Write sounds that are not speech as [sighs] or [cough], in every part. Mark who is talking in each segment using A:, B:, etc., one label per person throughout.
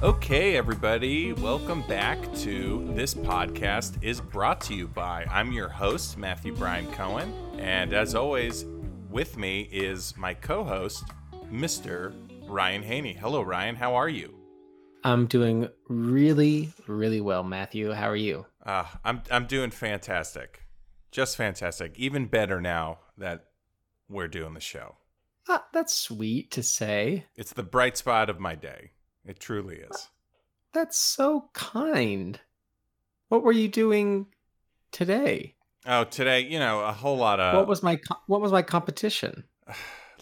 A: Okay, everybody, welcome back to this podcast is brought to you by I'm your host, Matthew Brian Cohen, and as always, with me is my co-host, Mr. Ryan Haney. Hello, Ryan. How are you?
B: I'm doing really, really well, Matthew. How are you?
A: Uh, I'm I'm doing fantastic, just fantastic. Even better now that we're doing the show.
B: Ah, that's sweet to say.
A: It's the bright spot of my day. It truly is.
B: That's so kind. What were you doing today?
A: Oh, today, you know, a whole lot of
B: what was my co- what was my competition?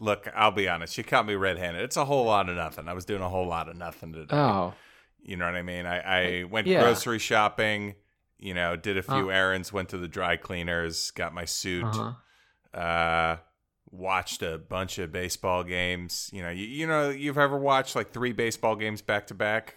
A: look. I'll be honest. You caught me red-handed. It's a whole lot of nothing. I was doing a whole lot of nothing today.
B: Oh,
A: You know what I mean? I, I went
B: Yeah.
A: grocery shopping, you know, did a few
B: Uh.
A: errands, went to the dry cleaners, got my suit,
B: uh-huh.
A: uh, watched a bunch of baseball games. You know, you, you know, you've ever watched like three baseball games back to back?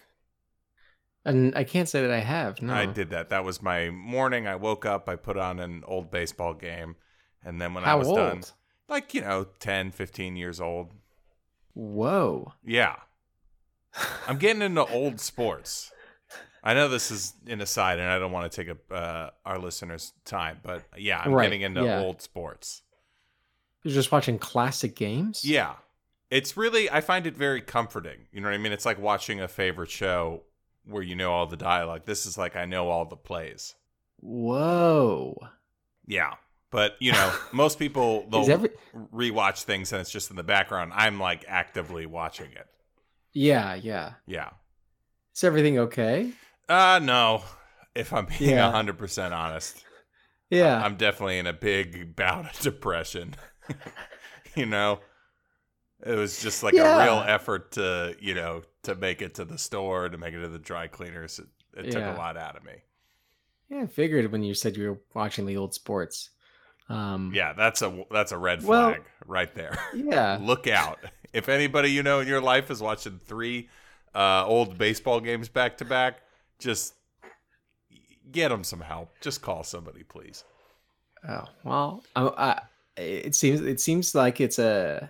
B: and I can't say that I have. No,
A: I did that. That was my morning. I woke up, I put on an old baseball game. And then when I
B: How
A: was
B: old?
A: done, like, you know, 10, 15 years old. [laughs]
B: Whoa.
A: Yeah. I'm getting into old sports. I know this is an aside, and I don't want to take up uh, our listeners' time, but yeah, I'm
B: Right,
A: getting into
B: yeah.
A: old sports.
B: You're just watching classic games.
A: Yeah. It's really, I find it very comforting. You know what I mean? It's like watching a favorite show where you know all the dialogue. This is like, I know all the plays.
B: Whoa.
A: Yeah. But, you
B: [laughs]
A: know, most people,
B: Is
A: they'll
B: every-
A: rewatch things and it's just in the background. I'm like actively watching it.
B: yeah, yeah.
A: Yeah.
B: Is everything okay?
A: Uh, no, if I'm being
B: Yeah.
A: 100% honest.
B: Yeah.
A: I'm definitely in a big bout of depression. [laughs] you know, it was just like a
B: Yeah.
A: real effort to, you know, to make it to the store, to make it to the dry cleaners. It, it took
B: Yeah.
A: a lot out of me.
B: yeah, I figured when you said you were watching the old sports. Um,
A: Yeah, that's a that's a red
B: Well-
A: flag right there. [laughs]
B: Yeah.
A: Look out! If anybody you know in your life is watching three uh, old baseball games back to back, just get them some help. Just call somebody, please.
B: Oh well, I, I, it seems it seems like it's a,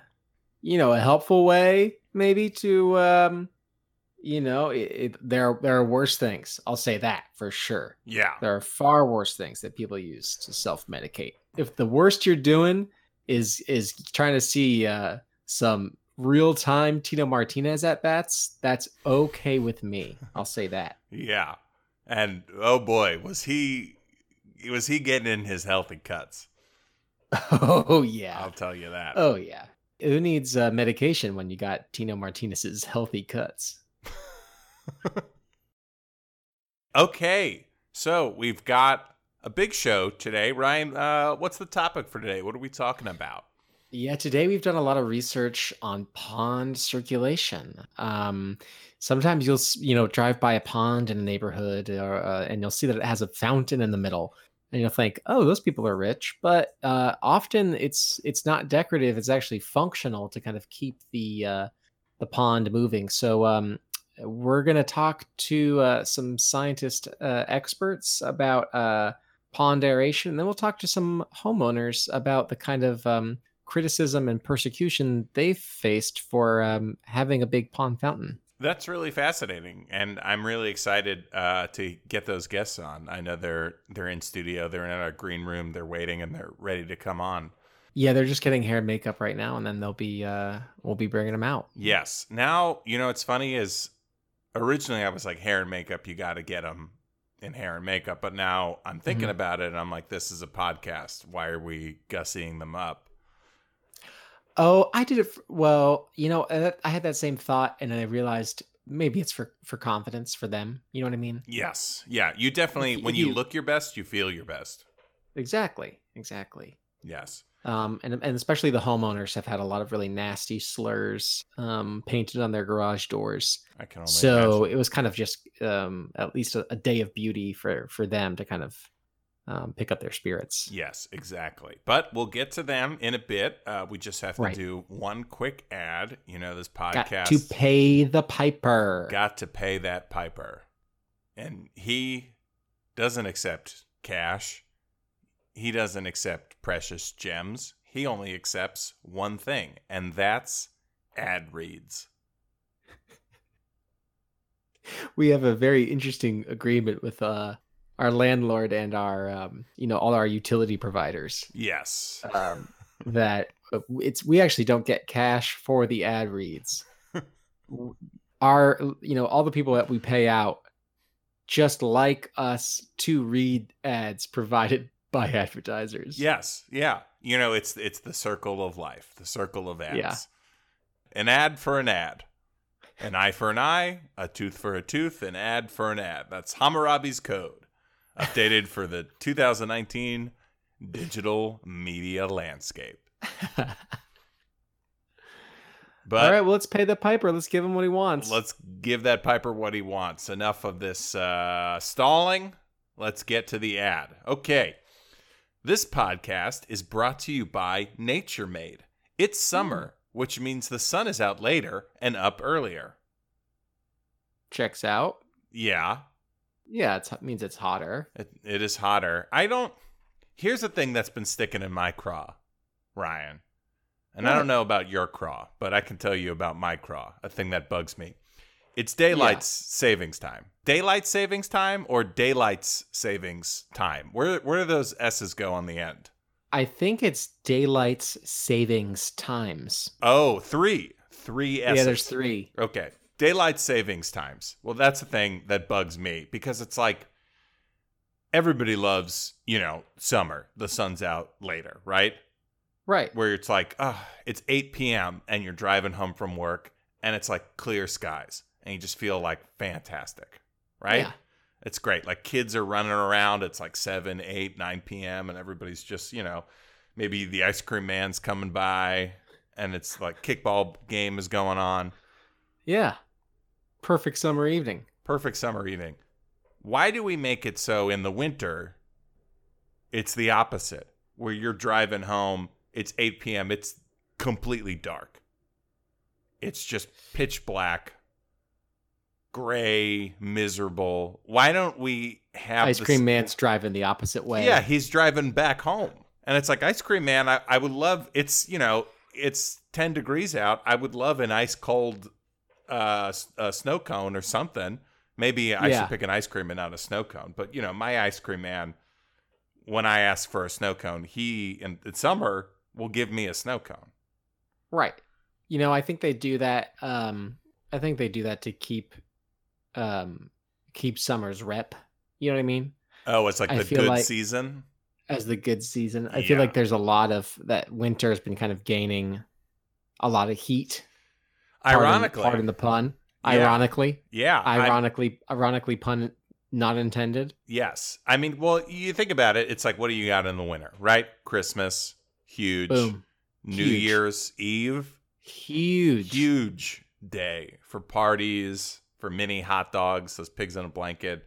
B: you know, a helpful way maybe to, um, you know, it, it, there there are worse things. I'll say that for sure.
A: Yeah,
B: There are far worse things that people use to self medicate. If the worst you're doing is is trying to see uh, some real time Tino Martinez at bats, that's okay with me. I'll say that. [laughs]
A: Yeah. And oh boy, was he was he getting in his healthy cuts.
B: Oh yeah.
A: I'll tell you that.
B: Oh yeah. Who needs uh, medication when you got Tino Martinez's healthy cuts?
A: Okay. So, we've got a big show today. Ryan, uh what's the topic for today? What are we talking about?
B: Yeah, today we've done a lot of research on pond circulation. Um, sometimes you'll s- you know drive by a pond in a neighborhood, or, uh, and you'll see that it has a fountain in the middle, and you'll think, "Oh, those people are rich." But uh, often it's it's not decorative; it's actually functional to kind of keep the uh, the pond moving. So um, we're going to talk to uh, some scientist uh, experts about uh, pond aeration, and then we'll talk to some homeowners about the kind of um, criticism and persecution they faced for um, having a big pond fountain.
A: That's really fascinating, and I'm really excited uh, to get those guests on. I know they're they're in studio, they're in our green room, they're waiting, and they're ready to come on.
B: Yeah, they're just getting hair and makeup right now, and then they'll be uh, we'll be bringing them out.
A: Yes. Now, you know what's funny is originally I was like hair and makeup, you got to get them in hair and makeup, but now I'm thinking
B: Mhm.
A: about it and I'm like this is a podcast. Why are we gussying them up?
B: Oh, I did it. For, well, you know, uh, I had that same thought, and I realized maybe it's for for confidence for them. You know what I mean?
A: Yes. Yeah, you definitely
B: If-
A: when
B: if
A: you
B: you-
A: look your best, you feel your best.
B: Exactly, exactly.
A: Yes.
B: um, and and especially the homeowners have had a lot of really nasty slurs um, painted on their garage doors.
A: I can only
B: so
A: imagine.
B: it was kind of just um, at least a, a day of beauty for for them to kind of um, pick up their spirits.
A: Yes, exactly. But we'll get to them in a bit. Uh, we just have to
B: Right.
A: do one quick ad. You know, this podcast
B: Got to pay the piper.
A: got to pay that piper. And he doesn't accept cash. He doesn't accept precious gems. He only accepts one thing, and that's ad reads.
B: we have a very interesting agreement with uh, our landlord and our, um, you know, all our utility providers
A: Yes.
B: um, that uh, it's we actually don't get cash for the ad reads. our, you know, all the people that we pay out just like us to read ads provided [laughs] by advertisers.
A: Yes, yeah. You know, it's it's the circle of life, the circle of ads.
B: Yeah.
A: An ad for an ad. An eye for an eye, a tooth for a tooth, an ad for an ad. That's Hammurabi's code, updated for the 2019 digital media landscape. But
B: all right, well, let's pay the piper. Let's give him what he wants.
A: let's give that Piper what he wants. Enough of this uh, stalling. Let's get to the ad. Okay. This podcast is brought to you by Nature Made. It's summer, which means the sun is out later and up earlier.
B: checks out.
A: Yeah,
B: Yeah, it's, it means it's hotter.
A: it, it is hotter. I don't. Here's the thing that's been sticking in my craw, Ryan. And I
B: What?
A: don't know about your craw, but I can tell you about my craw, a thing that bugs me. It's daylight
B: Yeah.
A: s- savings time. Daylight savings time or daylight's savings time? Where where do those S's go on the end?
B: I think it's daylight's savings times.
A: Oh, three. Three S's.
B: Yeah, there's three.
A: Okay. Daylight savings times. Well, that's the thing that bugs me because it's like everybody loves, you know, summer. The sun's out later, right?
B: Right.
A: Where it's like, ah, it's 8 p.m. and you're driving home from work and it's like clear skies and you just feel like fantastic, right?
B: Yeah.
A: It's great. Like kids are running around. It's like 7, 8, 9 p.m. and everybody's just, you know, maybe the ice cream man's coming by and it's like kickball game is going on.
B: Yeah. Perfect summer evening.
A: perfect summer evening. Why do we make it so in the winter it's the opposite? Where you're driving home, it's 8 p.m., it's completely dark. It's just pitch black, gray, miserable. Why don't we have
B: Ice
A: the s-
B: cream man's driving the opposite way.
A: yeah, he's driving back home. And it's like, ice cream man, I, I would love it's, you know, it's 10 degrees out. I would love an ice cold uh, s- a snow cone or something. Maybe I
B: Yeah.
A: should pick an ice cream and not a snow cone. But, you know, my ice cream man, when I ask for a snow cone, he in, in summer will give me a snow cone.
B: Right. You know, I think they do that. Um, I think they do that to keep, um, keep summer's rep. You know what I mean?
A: Oh, it's like
B: I
A: the
B: feel
A: good
B: like-
A: season.
B: As the good season, I
A: Yeah.
B: feel like there's a lot of that. Winter has been kind of gaining a lot of heat. Pardon-
A: Ironically.
B: pardon the pun.
A: Yeah.
B: Ironically,
A: yeah. I-
B: ironically, ironically pun not intended.
A: yes. I mean, well, you think about it. It's like, what do you got in the winter, right? Christmas, huge.
B: Boom.
A: New
B: Huge.
A: Year's Eve.
B: Huge.
A: Huge day for parties, for mini hot dogs, those pigs in a blanket.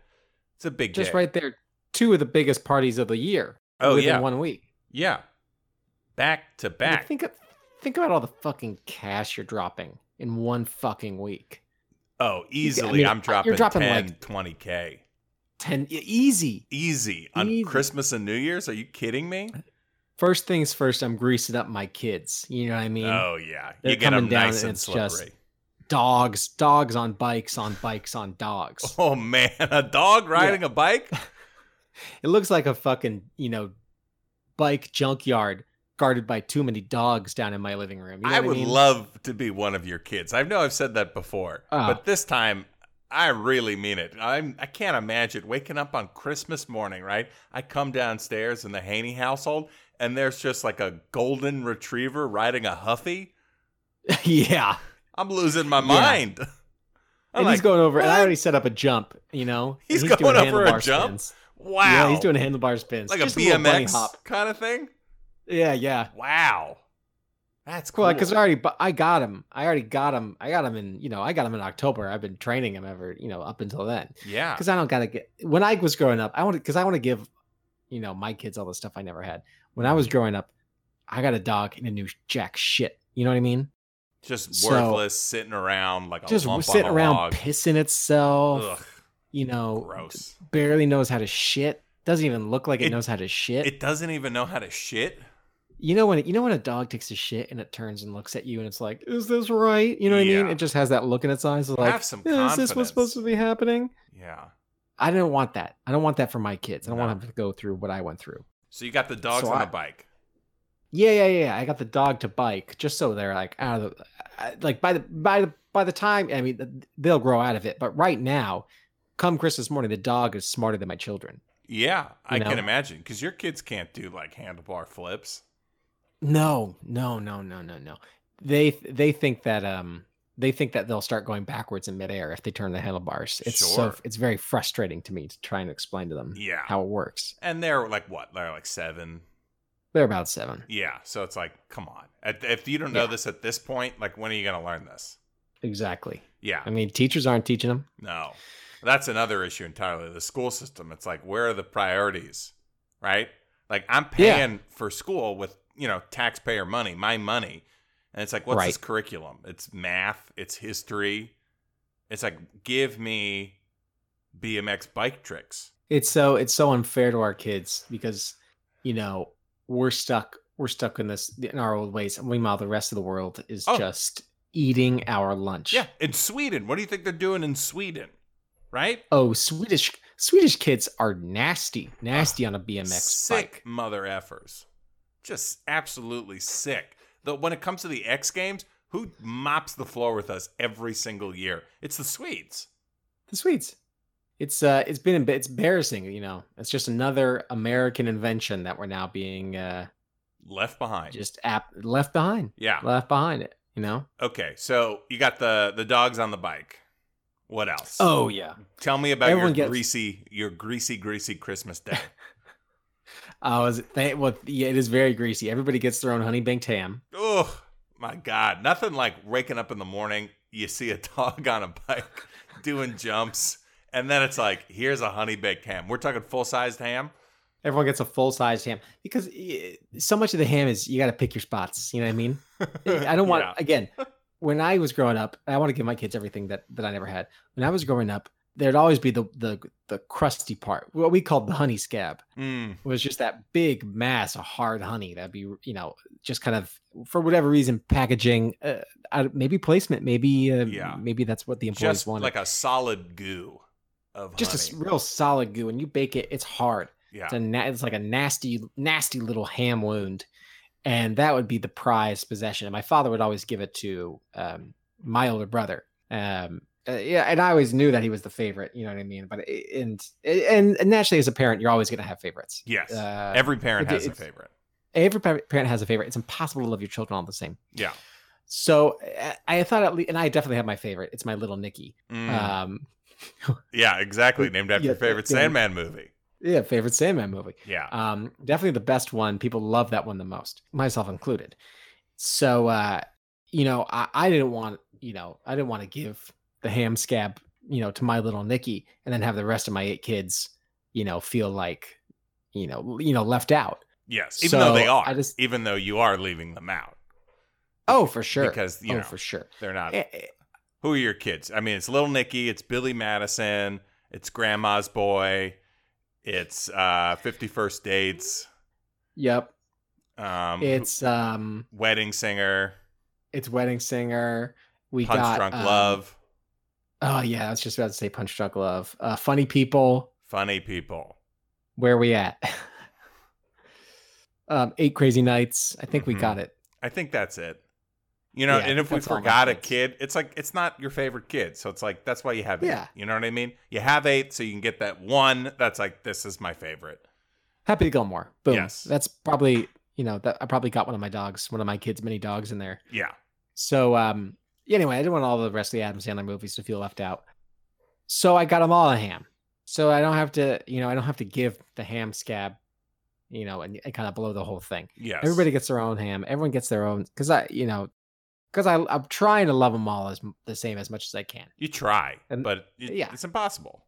A: It's a big
B: Just
A: day.
B: right there. Two of the biggest parties of the year.
A: Oh,
B: within
A: yeah.
B: one week.
A: Yeah. Back to
B: I mean,
A: back.
B: think of, think about all the fucking cash you're dropping in one fucking week.
A: oh, easily.
B: mean,
A: I'm
B: you're
A: dropping,
B: dropping,
A: 10,
B: like-
A: 20K.
B: Ten e- easy.
A: Easy. On
B: Easy.
A: Christmas and New Year's? Are you kidding me?
B: First things first, I'm greasing up my kids. You know what I mean?
A: Oh, yeah.
B: They're
A: You get them
B: coming down
A: nice
B: and
A: and
B: it's just-
A: slippery. [laughs]
B: Dogs, dogs on bikes, on bikes, on
A: [laughs]
B: dogs.
A: Oh, man. A dog riding a bike?
B: It looks like a fucking, you know, bike junkyard guarded by too many dogs down in my living room. You know
A: I
B: what
A: would
B: mean?
A: love to be one of your kids. I know I've said that before,
B: Oh.
A: but this time I really mean it. I'm I can't imagine waking up on Christmas morning, right? I come downstairs in the Haney household and there's just like a golden retriever riding a huffy.
B: [laughs] yeah.
A: I'm losing my
B: Yeah.
A: mind. [laughs] I'm
B: and
A: like,
B: he's going over, and
A: "What?"
B: I already set up a jump. You know,
A: He's
B: And
A: going over a
B: handlebar
A: jump?
B: Spins.
A: wow.
B: Yeah, he's doing handlebar spins,
A: like
B: Just
A: a
B: little bunny
A: BMX
B: hop.
A: kind of thing.
B: Yeah, yeah.
A: Wow. That's cool.
B: Cool, because I already, bu- I got him. I already got him. I got him in, you know, I got him in October. I've been training him ever, you know, up until then.
A: yeah.
B: Because I don't gotta get. When I was growing up, I want because I want to give, you know, my kids all the stuff I never had. When I
A: Mm-hmm.
B: was growing up, I got a dog and a new jack shit. You know what I mean?
A: Just
B: so-
A: worthless, sitting around like a
B: Just
A: lump
B: sitting
A: on a
B: around
A: log.
B: pissing itself.
A: Ugh,
B: You know,
A: gross.
B: barely knows how to shit. Doesn't even look like it,
A: It-
B: knows how to shit.
A: It doesn't even know how to shit.
B: you know when you know when a dog takes a shit and it turns and looks at you and it's like, is this right? You know what I
A: Yeah.
B: mean? It just has that look in its eyes, like,
A: Have some
B: is this
A: confidence.
B: what's supposed to be happening?
A: Yeah.
B: I don't want that. I don't want that for my kids. I don't
A: No.
B: want them to go through what I went through.
A: So you got the dogs
B: So
A: on
B: I-
A: the bike.
B: Yeah, yeah, yeah. yeah. I got the dog to bike just so they're like out of the, I- like by the by the by the time I mean th- they'll grow out of it. But right now, come Christmas morning, the dog is smarter than my children.
A: Yeah, I
B: You
A: can
B: know?
A: imagine because your kids can't do like handlebar flips.
B: No, no, no, no, no, no. They they think that um they think that they'll start going backwards in midair if they turn the handlebars. It's so
A: Sure.
B: it's very frustrating to me to try and explain to them
A: Yeah.
B: how it works.
A: and they're like what? They're like seven.
B: They're about seven.
A: Yeah. So it's like, come on. At, if you don't know
B: Yeah.
A: this at this point, like when are you going to learn this?
B: Exactly.
A: Yeah.
B: I mean, teachers aren't teaching them.
A: No. That's another issue entirely. The school system. It's like, where are the priorities? Right? Like I'm
B: Yeah.
A: paying for school with, you know, taxpayer money, my money. And it's like, what's this
B: Right.
A: curriculum? It's math, it's history. It's like, give me BMX bike tricks.
B: It's so it's so unfair to our kids because you know we're stuck we're stuck in this in our old ways. And meanwhile, the rest of the world is
A: Oh.
B: just eating our lunch.
A: Yeah. In Sweden. What do you think they're doing in Sweden? Right?
B: Oh, Swedish Swedish kids are nasty, nasty on a BMX
A: sick
B: bike.
A: mother effers. Just absolutely sick. Though when it comes to the X Games, who mops the floor with us every single year? It's the Swedes.
B: the Swedes. It's uh, it's been emb- it's embarrassing, you know. It's just another American invention that we're now being uh,
A: Left behind.
B: just app left behind,
A: yeah.
B: left behind it, you know.
A: Okay. So you got the the dogs on the bike. What else?
B: Oh yeah.
A: tell me about your
B: everyone gets-
A: greasy, your greasy, greasy Christmas
B: [laughs]
A: day.
B: I was they, well, yeah, it is very greasy. Everybody gets their own honey baked ham.
A: oh my God! Nothing like waking up in the morning. You see a [laughs] dog on a bike doing jumps, and then it's like, here's a honey baked ham. We're talking full sized ham.
B: Everyone gets a full sized ham because eh, so much of the ham is you got to pick your spots. You know what I mean? I don't [laughs] want
A: Yeah.
B: again. When I was growing up, I want to give my kids everything that that I never had. When I was growing up, there'd always be the the the crusty part, what we called the honey scab.
A: Mm,
B: was just that big mass of hard honey that'd be you know just kind of for whatever reason packaging uh, uh, maybe placement maybe uh,
A: Yeah.
B: maybe that's what the employees
A: just
B: wanted
A: like a solid goo of
B: just a s-
A: honey.
B: real solid goo and you bake it it's hard
A: yeah.
B: it's, a na- it's like a nasty nasty little ham wound and that would be the prized possession and my father would always give it to um, my older brother um, uh, yeah and i always knew that he was the favorite you know what i mean but it, and eh, and and naturally as a parent you're always going to have favorites
A: yes.
B: uh,
A: Every parent
B: it-
A: has a
B: it's-
A: favorite.
B: every pa- parent has a favorite. It's impossible to love your children all the same.
A: Yeah.
B: So uh, I thought at least, and I definitely have my favorite. It's my little Nikki.
A: Mm.
B: Um,
A: yeah, exactly. Named after
B: yeah,
A: your favorite
B: yeah.
A: Sandman movie.
B: yeah, favorite Sandman movie.
A: Yeah.
B: Um, definitely the best one. People love that one the most, myself included. So, uh, you know, I, I didn't want, you know, I didn't want to give the ham scab, you know, to my little Nikki, and then have the rest of my eight kids, you know, feel like, you know, you know, left out.
A: yes. Even though they
B: so
A: are.
B: I just-
A: even though you are leaving them out.
B: Oh, for sure.
A: Because, you
B: oh,
A: know, Uh,
B: for sure.
A: they're not.
B: Eh, eh,
A: Who are your kids? I mean, it's Little Nicky, it's Billy Madison, it's Grandma's Boy, it's uh, 51st Dates,
B: Yep.
A: um, who-
B: It's um
A: Wedding Singer,
B: it's wedding singer. We
A: Punch
B: got
A: Drunk
B: um,
A: Love,
B: Oh yeah, I was just about to say punch drunk love. Uh, funny people.
A: Funny People.
B: Where we at? [laughs] um, eight crazy nights. I think we
A: Mm-hmm.
B: got it.
A: I think that's it. You know,
B: Yeah, I
A: and
B: think
A: if we
B: that's all my
A: forgot a
B: kids.
A: kid, it's like it's not your favorite kid. So it's like that's why you have
B: Yeah.
A: eight. You know what I mean? You have eight, so you can get that one that's like this is my favorite.
B: Happy Gilmore. Boom.
A: Yes.
B: That's probably you know that I probably got one of my dogs, one of my kids' many dogs in there.
A: Yeah.
B: So um yeah, anyway, I didn't want all the rest of the Adam Sandler movies to feel left out. So I got them all a ham. So I don't have to, you know, I don't have to give the ham scab, you know, and, and kind of blow the whole thing.
A: Yes.
B: Everybody gets their own ham. Everyone gets their own because I, you know, because I I'm trying to love them all as m- the same as much as I can.
A: you try,
B: And-
A: but it,
B: yeah.
A: it's impossible.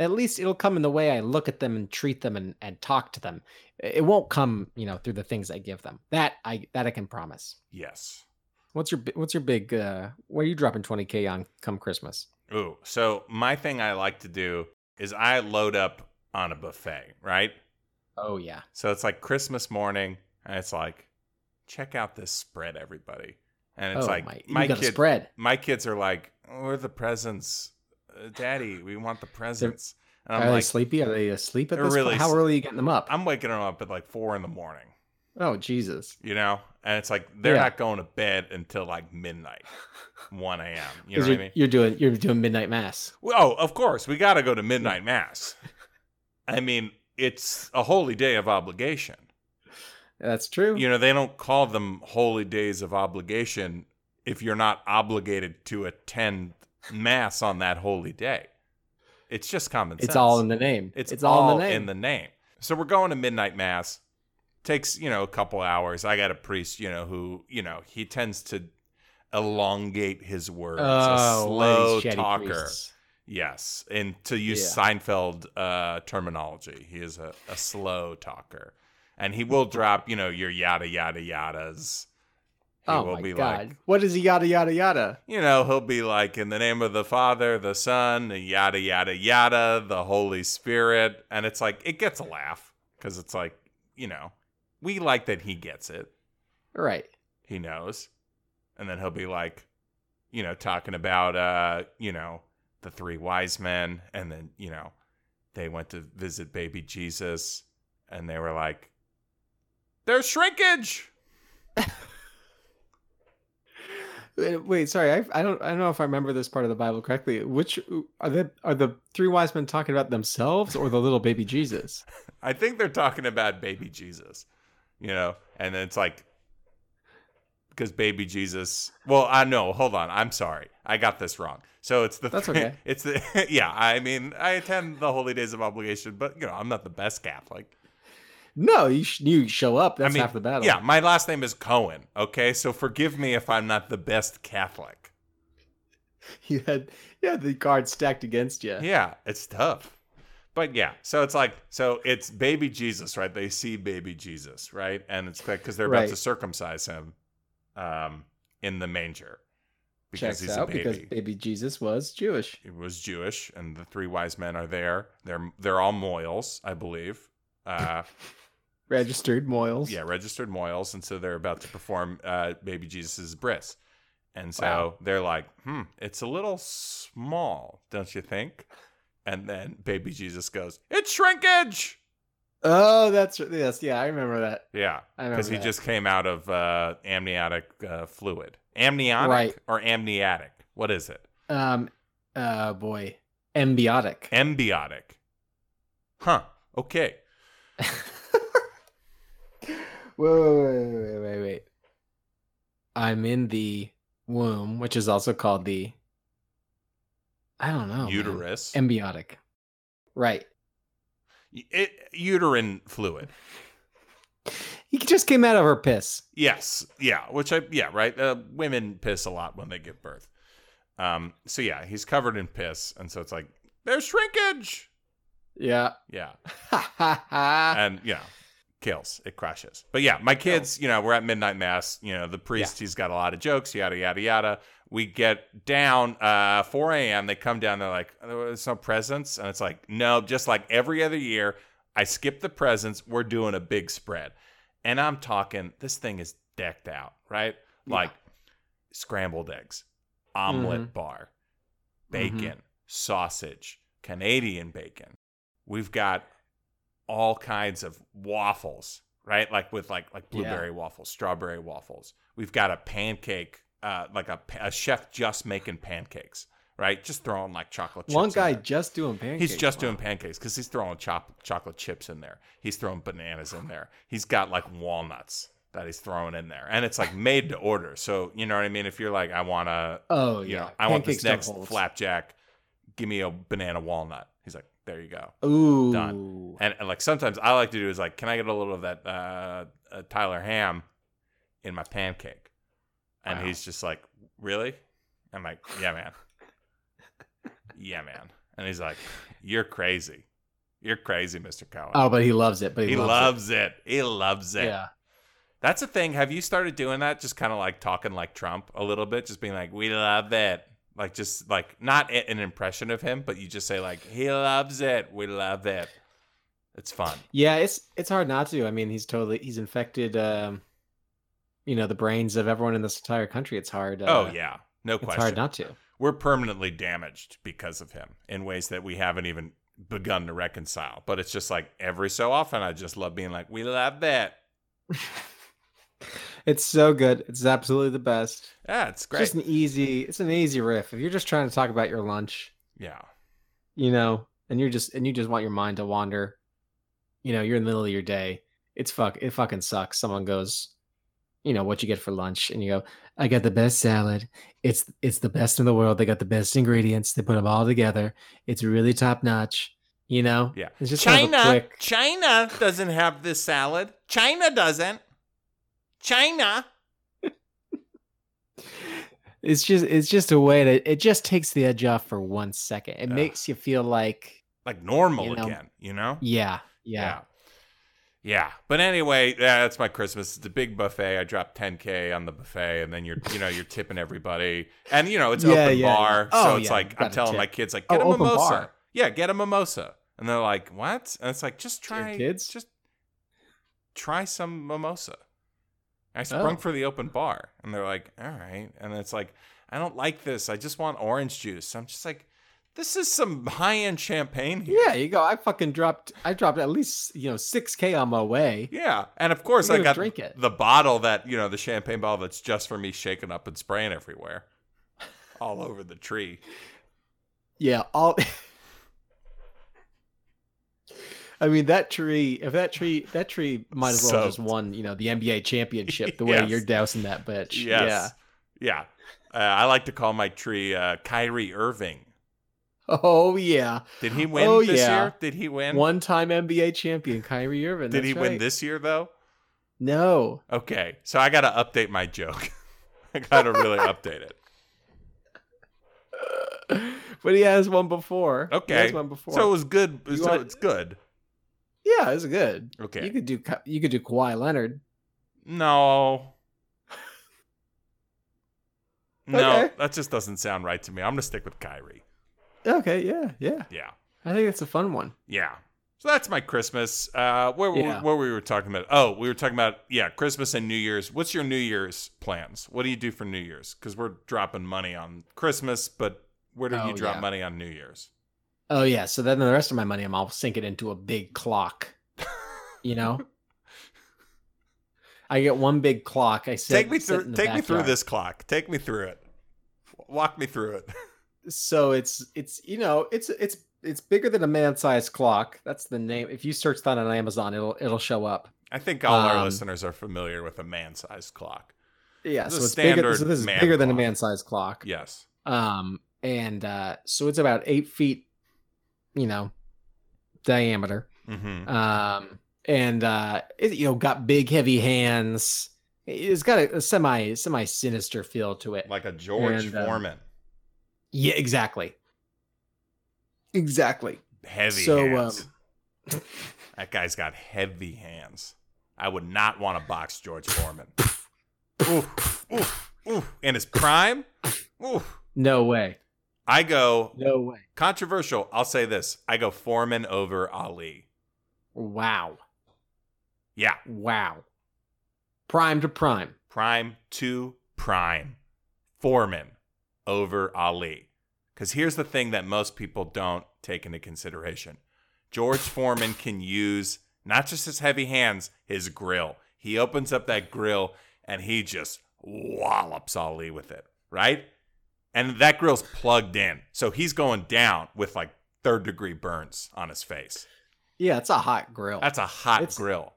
B: At least it'll come in the way I look at them and treat them and and talk to them. I- It won't come, you know, through the things I give them. That I that I can promise.
A: Yes.
B: What's your bi- what's your big uh where are you dropping 20k on come Christmas?
A: Ooh. So my thing I like to do is I load up on a buffet, right?
B: Oh yeah.
A: So it's like Christmas morning, and it's like, check out this spread, everybody. And it's
B: oh
A: like
B: my, you
A: my
B: got a
A: kid,
B: spread.
A: my kids are like, "Where are the presents, uh, Daddy? We want the presents." And
B: Are
A: I'm
B: they
A: like,
B: sleepy? Are they asleep at
A: They're
B: this
A: really
B: point? How
A: s-
B: early are you getting them up?
A: I'm waking them up at like four in the morning,
B: oh Jesus!
A: you know, and it's like they're
B: Yeah.
A: not going to bed until like midnight, one a.m. You know
B: 'Cause
A: what I
B: you're,
A: mean?
B: you're doing you're doing midnight mass.
A: Well, Oh, of course, we got to go to midnight mass. I mean, it's a holy day of obligation.
B: That's true.
A: You know, they don't call them holy days of obligation if you're not obligated to attend mass on that holy day. It's just common sense.
B: it's all in the name.
A: It's,
B: all, in the name.
A: in the name. So we're going to midnight mass. Takes, you know, a couple hours. I got a priest, you know, who, you know, he tends to elongate his words. a
B: oh, one
A: slow
B: of these shitty
A: talker.
B: priests.
A: Yes. And to use
B: Yeah.
A: Seinfeld uh, terminology, he is a, a slow talker. And he will drop, you know, your yada yada yadas. He
B: oh
A: will
B: my
A: be
B: God!
A: like,
B: what is he yada yada yada?
A: you know, he'll be like, in the name of the Father, the Son, the yada, yada, yada, the Holy Spirit. And it's like, it gets a laugh because it's like, you know, we like that he gets it.
B: Right.
A: He knows. And then he'll be like, you know, talking about, uh, you know, the three wise men. And then, you know, they went to visit baby Jesus and they were like, there's shrinkage.
B: Uh, Wait, sorry. I, I don't I don't know if I remember this part of the Bible correctly. Which are the are the three wise men talking about themselves or the little baby Jesus?
A: I think they're talking about baby Jesus, you know, and then it's like because baby Jesus. Well, I know. Hold on, I'm sorry, I got this wrong. So it's the [laughs]
B: That's
A: three-
B: okay.
A: It's the yeah. I mean, I attend the holy days of obligation, but you know, I'm not the best Catholic.
B: No, you sh- you show up.
A: I
B: That's
A: mean,
B: half the battle.
A: Yeah, my last name is Cohen. Okay, so forgive me if I'm not the best Catholic.
B: [laughs] you had you had the cards stacked against you.
A: Yeah, it's tough. But yeah, so it's like, so it's baby Jesus, right? They see baby Jesus, right? And it's like, because they're about
B: Right.
A: to circumcise him um, in the manger because
B: Checks
A: he's
B: out
A: a baby.
B: because baby Jesus was Jewish.
A: It was Jewish, and the three wise men are there. They're they're all moils, I believe. Uh,
B: registered moils.
A: yeah, registered moils, and so they're about to perform uh, baby Jesus's bris. And so
B: Wow.
A: they're like, "Hmm, it's a little small, don't you think?" And then baby Jesus goes, "It's shrinkage."
B: Oh, that's yes. Yeah, I remember that.
A: Yeah,
B: I remember
A: because he
B: that.
A: just came out of uh, amniotic uh, fluid. Amniotic
B: Right.
A: or amniotic? What is it?
B: um, uh, boy, embiotic.
A: Embiotic. Huh. Okay.
B: [laughs] wait, wait, wait, wait, wait, wait. I'm in the womb, which is also called the. I don't know. Oh, man.
A: Uterus.
B: Embiotic. Right.
A: U- it, uterine fluid.
B: He just came out of her piss.
A: Yes. Yeah. Which I, yeah, right. Uh, women piss a lot when they give birth. Um. So yeah, he's covered in piss. And so it's like, there's shrinkage. [laughs]
B: Yeah. [laughs]
A: Yeah.
B: Ha ha ha.
A: and you know kills it crashes but yeah my kids you know we're at midnight mass you know the priest he's got a lot of jokes yada yada yada we get down uh 4 a.m they come down they're like "Oh, there's no presents and it's like no just like every other year i skip the presents we're doing a big spread and i'm talking this thing is decked out right
B: Yeah.
A: like scrambled eggs omelet bar bacon sausage canadian bacon we've got all kinds of waffles, right? Like with like like
B: Yeah.
A: blueberry waffles, strawberry waffles. We've got a pancake, uh, like a, pa- a chef just making pancakes, right? Just throwing like chocolate. Chips
B: One
A: in
B: guy
A: there.
B: just doing pancakes.
A: He's just
B: Wow.
A: doing pancakes because he's throwing chop- chocolate chips in there. He's throwing bananas in there. He's got like walnuts that he's throwing in there, and it's like made to order. So you know what I mean. If you're like, I want to,
B: Oh
A: you
B: yeah.
A: know, I want this
B: Pancakes
A: next
B: don't hold.
A: flapjack. Give me a banana walnut. He's like, there you go.
B: Ooh.
A: And, and, like sometimes I like to do is like, can I get a little of that uh, uh, Tyler Ham in my pancake? And
B: Wow.
A: he's just like, really? I'm like, yeah, man. yeah, man. And he's like, you're crazy. You're crazy, Mr. Cohen.
B: Oh, but he loves it. But he,
A: he
B: loves,
A: loves it. He loves
B: it.
A: it.
B: Yeah.
A: That's the thing. Have you started doing that? Just kind of like talking like Trump a little bit, just being like, we love it. Like, just like not a- an impression of him, but you just say, like, he loves it. We love it. It's fun.
B: Yeah, it's it's hard not to. I mean, he's totally he's infected um you know the brains of everyone in this entire country, it's hard. Uh,
A: oh yeah, no
B: it's
A: question.
B: hard not to.
A: We're permanently damaged because of him in ways that we haven't even begun to reconcile. But it's just like every so often, I just love being like, "We love that."
B: It's so good. It's absolutely the best.
A: Yeah, Ah, it's
B: It's
A: great.
B: Just an easy. It's an easy riff. If you're just trying to talk about your lunch,
A: yeah,
B: you know, and you're just and you just want your mind to wander, you know, you're in the middle of your day. It's fuck. It fucking sucks. Someone goes, you know, what you get for lunch, and you go, I got the best salad. It's it's the best in the world. They got the best ingredients. They put them all together. It's really top notch. You know.
A: yeah.
B: It's just kind of a
A: China,
B: quick-
A: China doesn't have this salad. China doesn't. China.
B: It's just it's just a way to it just takes the edge off for one second. It
A: Yeah.
B: makes you feel like
A: like normal
B: You know?
A: again, you know?
B: yeah, yeah.
A: Yeah. Yeah. But anyway, yeah, that's my Christmas. It's a big buffet. I dropped 10K on the buffet and then you're, you know, you're tipping everybody. And, you know, it's
B: Yeah,
A: open
B: yeah, yeah.
A: bar. so
B: Oh,
A: it's
B: yeah, you
A: like, I'm
B: gotta
A: telling
B: tip.
A: my kids, like,
B: Oh,
A: get a
B: open
A: mimosa.
B: bar.
A: Yeah, get a mimosa. And they're like, what? And it's like, just
B: Dear
A: try,
B: kids.
A: just try some mimosa. I
B: Oh.
A: sprung for the open bar. And they're like, all right. And it's like, I don't like this. I just want orange juice. I'm just like, this is some high end champagne here.
B: Yeah, you go. I fucking dropped. I dropped at least you know six k on my way.
A: Yeah, and of course
B: You're
A: I
B: gonna
A: got
B: drink it.
A: the bottle that you know the champagne bottle that's just for me shaking up and spraying everywhere, all over the tree.
B: Yeah, all. [laughs] I mean that tree. If that tree, that tree might as well have just
A: Soaked.
B: won. You know the
A: [laughs]
B: NBA championship. The way you're
A: Yes.
B: dousing that bitch. [laughs] Yeah.
A: Yes, yeah, Uh, I like to call my tree uh, Kyrie Irving.
B: Oh yeah.
A: Did he win
B: Oh,
A: this
B: yeah.
A: year? Did he win?
B: One time NBA champion Kyrie Irving.
A: Did he
B: that's
A: win
B: right.
A: this year though?
B: No. [laughs]
A: Okay, so I got to update my joke. [laughs] I got to really update
B: [laughs]
A: it.
B: but he has one before. He
A: Okay,
B: has one before.
A: so it was good.
B: You
A: so
B: want-
A: it's good.
B: yeah, it's good.
A: Okay.
B: You could do. Ka- You could do Kawhi Leonard.
A: No. No,
B: [laughs] Okay.
A: that just doesn't sound right to me. I'm gonna stick with Kyrie.
B: Okay. Yeah. Yeah.
A: Yeah,
B: I think that's a fun one.
A: yeah. So that's my Christmas. Uh, where where-
B: Yeah.
A: where we were talking about? Oh, we were talking about yeah, Christmas and New Year's. What's your New Year's plans? What do you do for New Year's? Because we're dropping money on Christmas, but where do you
B: Oh,
A: drop
B: yeah.
A: money on New Year's?
B: Oh yeah. So then the rest of my money, I'm I'll sink it into a big clock.
A: [laughs]
B: You know. I get one big clock. I sit,
A: take me
B: sit
A: through.
B: in the
A: Take me through
B: backyard.
A: this clock. Take me through it. Walk me through it. [laughs]
B: So it's it's you know it's it's it's bigger than a man-sized clock. That's the name. If you search that on Amazon, it'll it'll show up.
A: I think all our
B: Um,
A: listeners are familiar with a man-sized clock.
B: Yeah.
A: This
B: So
A: is a
B: it's bigger.
A: standard
B: So this is
A: man
B: bigger than a
A: clock.
B: man-sized clock.
A: Yes.
B: Um, and uh, so it's about eight feet, you know, diameter.
A: Mm-hmm.
B: um, and uh, it, you know got big heavy hands it's got a, a semi semi sinister feel to it
A: like a George
B: And, uh,
A: Foreman,
B: yeah exactly exactly
A: heavy
B: so,
A: hands.
B: um,
A: that guy's got heavy hands. I would not want to box George Foreman. oof, oof, oof. In his prime, oof.
B: [laughs] no way
A: I go
B: no way
A: controversial. I'll say this: I go Foreman over Ali.
B: wow
A: Yeah,
B: wow prime to prime
A: prime to prime, Foreman over Ali. Because here's the thing that most people don't take into consideration George Foreman can use not just his heavy hands, his grill. He opens up that grill and he just wallops Ali with it, right? And that grill's plugged in. So he's going down with like third degree burns on his face.
B: yeah it's a hot grill
A: That's a hot
B: It's-
A: grill.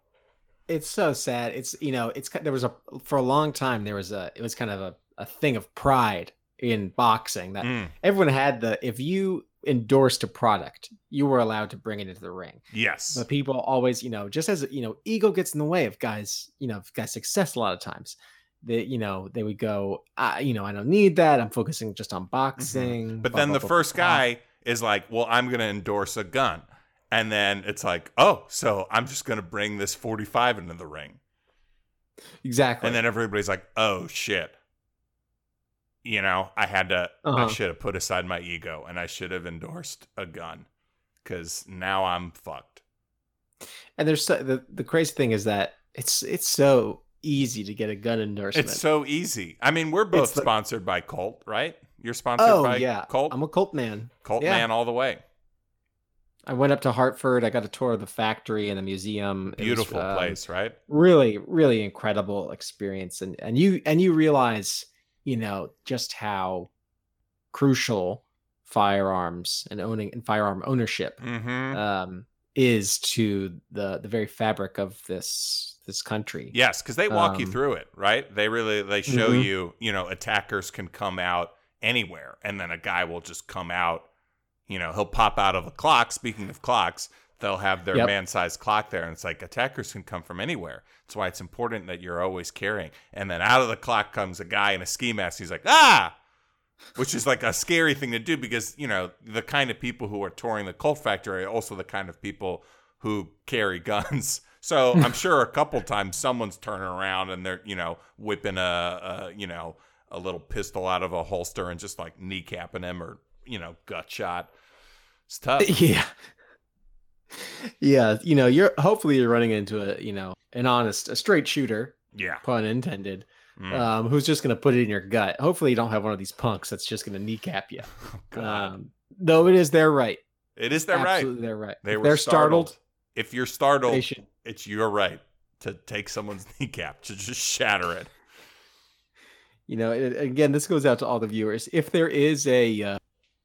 B: it's so sad it's you know it's ki- there was a for a long time there was a it was kind of a, a thing of pride in boxing that
A: Mm,
B: everyone had the if you endorsed a product you were allowed to bring it into the ring
A: yes.
B: but people always you know just as you know ego gets in the way of guys you know of guys success a lot of times they you know they would go I, you know i don't need that i'm focusing just on boxing
A: Mm-hmm. But
B: blah,
A: then
B: blah,
A: the
B: blah,
A: first
B: blah."
A: guy is like, "Well, I'm going to endorse a gun," and then it's like, "Oh, so I'm just going to bring this 45 into the ring,"
B: exactly
A: and then everybody's like, "Oh shit." You know, I had to. I
B: Uh-huh.
A: should have put aside my ego, and I should have endorsed a gun, because now I'm fucked.
B: and there's so, the, the crazy thing is that it's it's so easy to get a gun endorsement.
A: It's so easy. I mean, we're both
B: It's the-
A: sponsored by Colt, right? You're sponsored
B: oh
A: by
B: yeah,
A: Colt.
B: I'm a Colt man.
A: Colt
B: yeah.
A: man all the way.
B: I went up to Hartford. I got a tour of the factory and the museum. It was,
A: Beautiful
B: um,
A: place, right?
B: Really, really incredible experience, and and you and you realize, you know, just how crucial firearms and owning and firearm ownership
A: Mm-hmm.
B: um, is to the the very fabric of this this country.
A: yes, because they walk you
B: um,
A: through it, right? They really they show
B: Mhm.
A: you, you know, attackers can come out anywhere, and then a guy will just come out. You know, he'll pop out of a clock. Speaking of clocks, they'll have their
B: Yep.
A: man-sized clock there, and it's like attackers can come from anywhere. That's why it's important that you're always carrying. And then out of the clock comes a guy in a ski mask. He's like, ah, which is like a scary thing to do because you know the kind of people who are touring the Colt Factory are also the kind of people who carry [laughs] guns.
B: [laughs]
A: So I'm sure a couple times someone's turning around and they're you know whipping a, a you know a little pistol out of a holster and just like kneecapping him or you know gut shot. It's
B: [laughs]
A: tough.
B: [laughs] yeah yeah you know you're hopefully you're running into a you know an honest a straight shooter
A: Yeah.
B: pun intended
A: Mm.
B: um who's just gonna put it in your gut hopefully you don't have one of these punks that's just gonna kneecap you
A: God.
B: um though it is their right
A: it is their right.
B: absolutely their right
A: They
B: If
A: were
B: they're
A: startled.
B: startled,
A: If you're startled,
B: they should
A: it's your right to take someone's [laughs] kneecap to just shatter it.
B: you know it, again this goes out to all the viewers if there is a uh,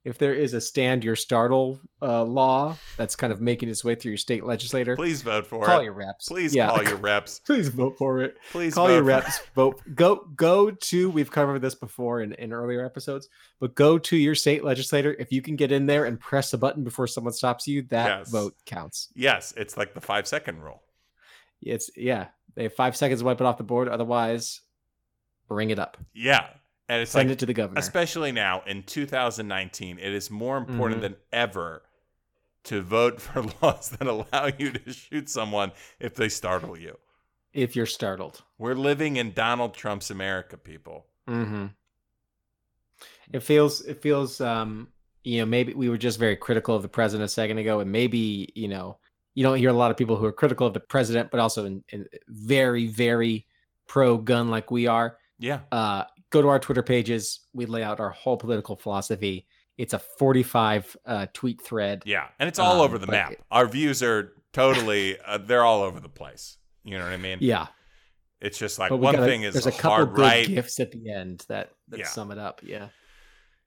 B: if there is a stand your startle uh, law that's kind of making its way through your state legislator
A: Please vote for
B: call
A: it.
B: your reps
A: Please
B: [laughs] Yeah.
A: call your reps.
B: please vote for it
A: Please
B: call
A: vote
B: your
A: for-
B: reps vote go go to we've covered this before in, in earlier episodes but go to your state legislator if you can get in there and press a button before someone stops you that
A: Yes.
B: vote counts
A: Yes, it's like the five second rule.
B: it's yeah they have five seconds to wipe it off the board otherwise bring it up
A: Yeah, and it's
B: send
A: like
B: it to the governor
A: especially now in 2019, it is more important
B: Mhm.
A: than ever to vote [laughs] for laws that allow you to shoot someone if they startle you.
B: if you're startled
A: We're living in Donald Trump's America, people.
B: mm-hmm. it feels it feels um you know maybe we were just very critical of the president a second ago and maybe you know you don't hear a lot of people who are critical of the president but also in, in very very pro gun like we are
A: Yeah,
B: uh, go to our Twitter pages. We lay out our whole political philosophy. It's a 45 uh, tweet thread.
A: yeah, and it's all
B: Um,
A: over the
B: but
A: map.
B: it-
A: Our views are
B: [laughs]
A: totally uh, they're all over the place. You know what I mean?
B: Yeah,
A: It's just like
B: but we
A: one
B: got a-
A: thing is
B: there's a couple
A: hard
B: good
A: right,
B: gifts at the end that, that
A: Yeah.
B: sum it up. Yeah.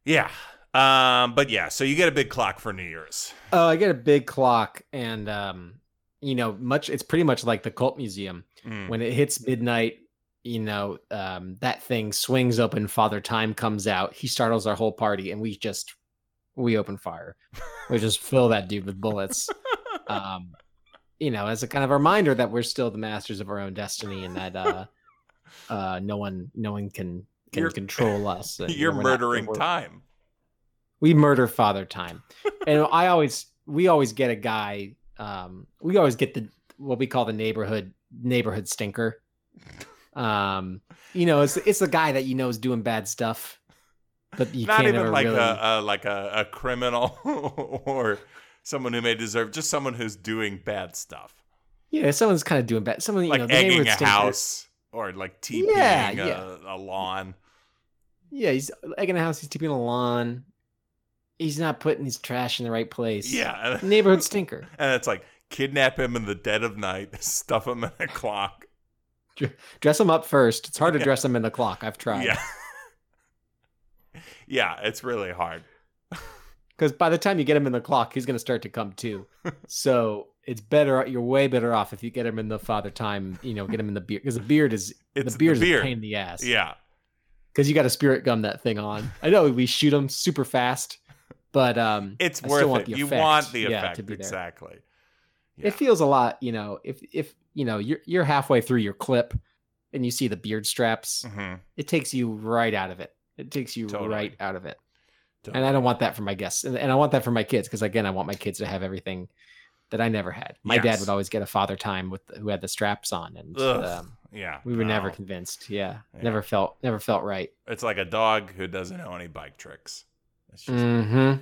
A: yeah. Um, but yeah, so you get a big clock for New Year's.
B: Oh, I get a big clock, and um, you know, much. It's pretty much like the cult museum.
A: Mm.
B: When it hits midnight, you know, um, that thing swings open. Father Time comes out. He startles our whole party, and we just we open fire. we just fill that dude with bullets. um, you know, as a kind of reminder that we're still the masters of our own destiny, and that uh, uh, no one, no one can can
A: You're- [laughs]
B: control us. and, you
A: You're
B: know, we're not-
A: murdering
B: we're-
A: time.
B: We murder father
A: [laughs]
B: time, and I always, we always get a guy. Um, we always get the what we call the neighborhood neighborhood stinker. Um, you know, it's it's the guy that you know is doing bad stuff, but you
A: Not
B: can't
A: even
B: ever
A: like
B: really.
A: a, a like a, a criminal [laughs] or someone who may deserve just someone who's doing bad stuff,
B: yeah, someone's kind of doing bad. Someone you
A: like
B: know, the
A: egging
B: neighborhood
A: a
B: stinker-
A: house or like TPing
B: Yeah,
A: a, a lawn.
B: Yeah, he's egging the house. He's tipping a lawn. He's not putting his trash in the right place.
A: Yeah, [laughs] and
B: Neighborhood stinker.
A: it's like kidnap him in the dead of night, [laughs] stuff him in a clock.
B: Dress him up first. It's hard to
A: Yeah.
B: dress him in the clock. I've tried.
A: Yeah, [laughs] yeah, it's really hard.
B: Because by the time you get him in the clock, he's going to start to
A: [laughs]
B: come too. so it's better. You're way better off if you get him in the father time, you know, get him in the beard. Because the beard is,
A: It's
B: the beard, is a pain in the ass.
A: Yeah,
B: Because you got to spirit gum that thing on. I know we shoot him super fast, but um,
A: it's
B: I still
A: worth
B: want
A: it.
B: the
A: you
B: effect,
A: want the
B: yeah,
A: effect
B: to be there.
A: exactly. Yeah.
B: it feels a lot, you know, if, if, you know, you're, you're halfway through your clip and you see the beard straps.
A: Mhm.
B: it takes you right out of it. It takes you
A: Totally.
B: right out of it.
A: Totally.
B: And I don't want that for my guests. And, and I want that for my kids because, again, I want my kids to have everything that I never had. My
A: Yes.
B: dad would always get a father time with who had the straps on, and
A: Ugh.
B: um,
A: Yeah,
B: we were never
A: no.
B: convinced. Yeah,
A: Yeah.
B: never felt never felt right.
A: It's like a dog who doesn't know any bike tricks. It's just,
B: hmm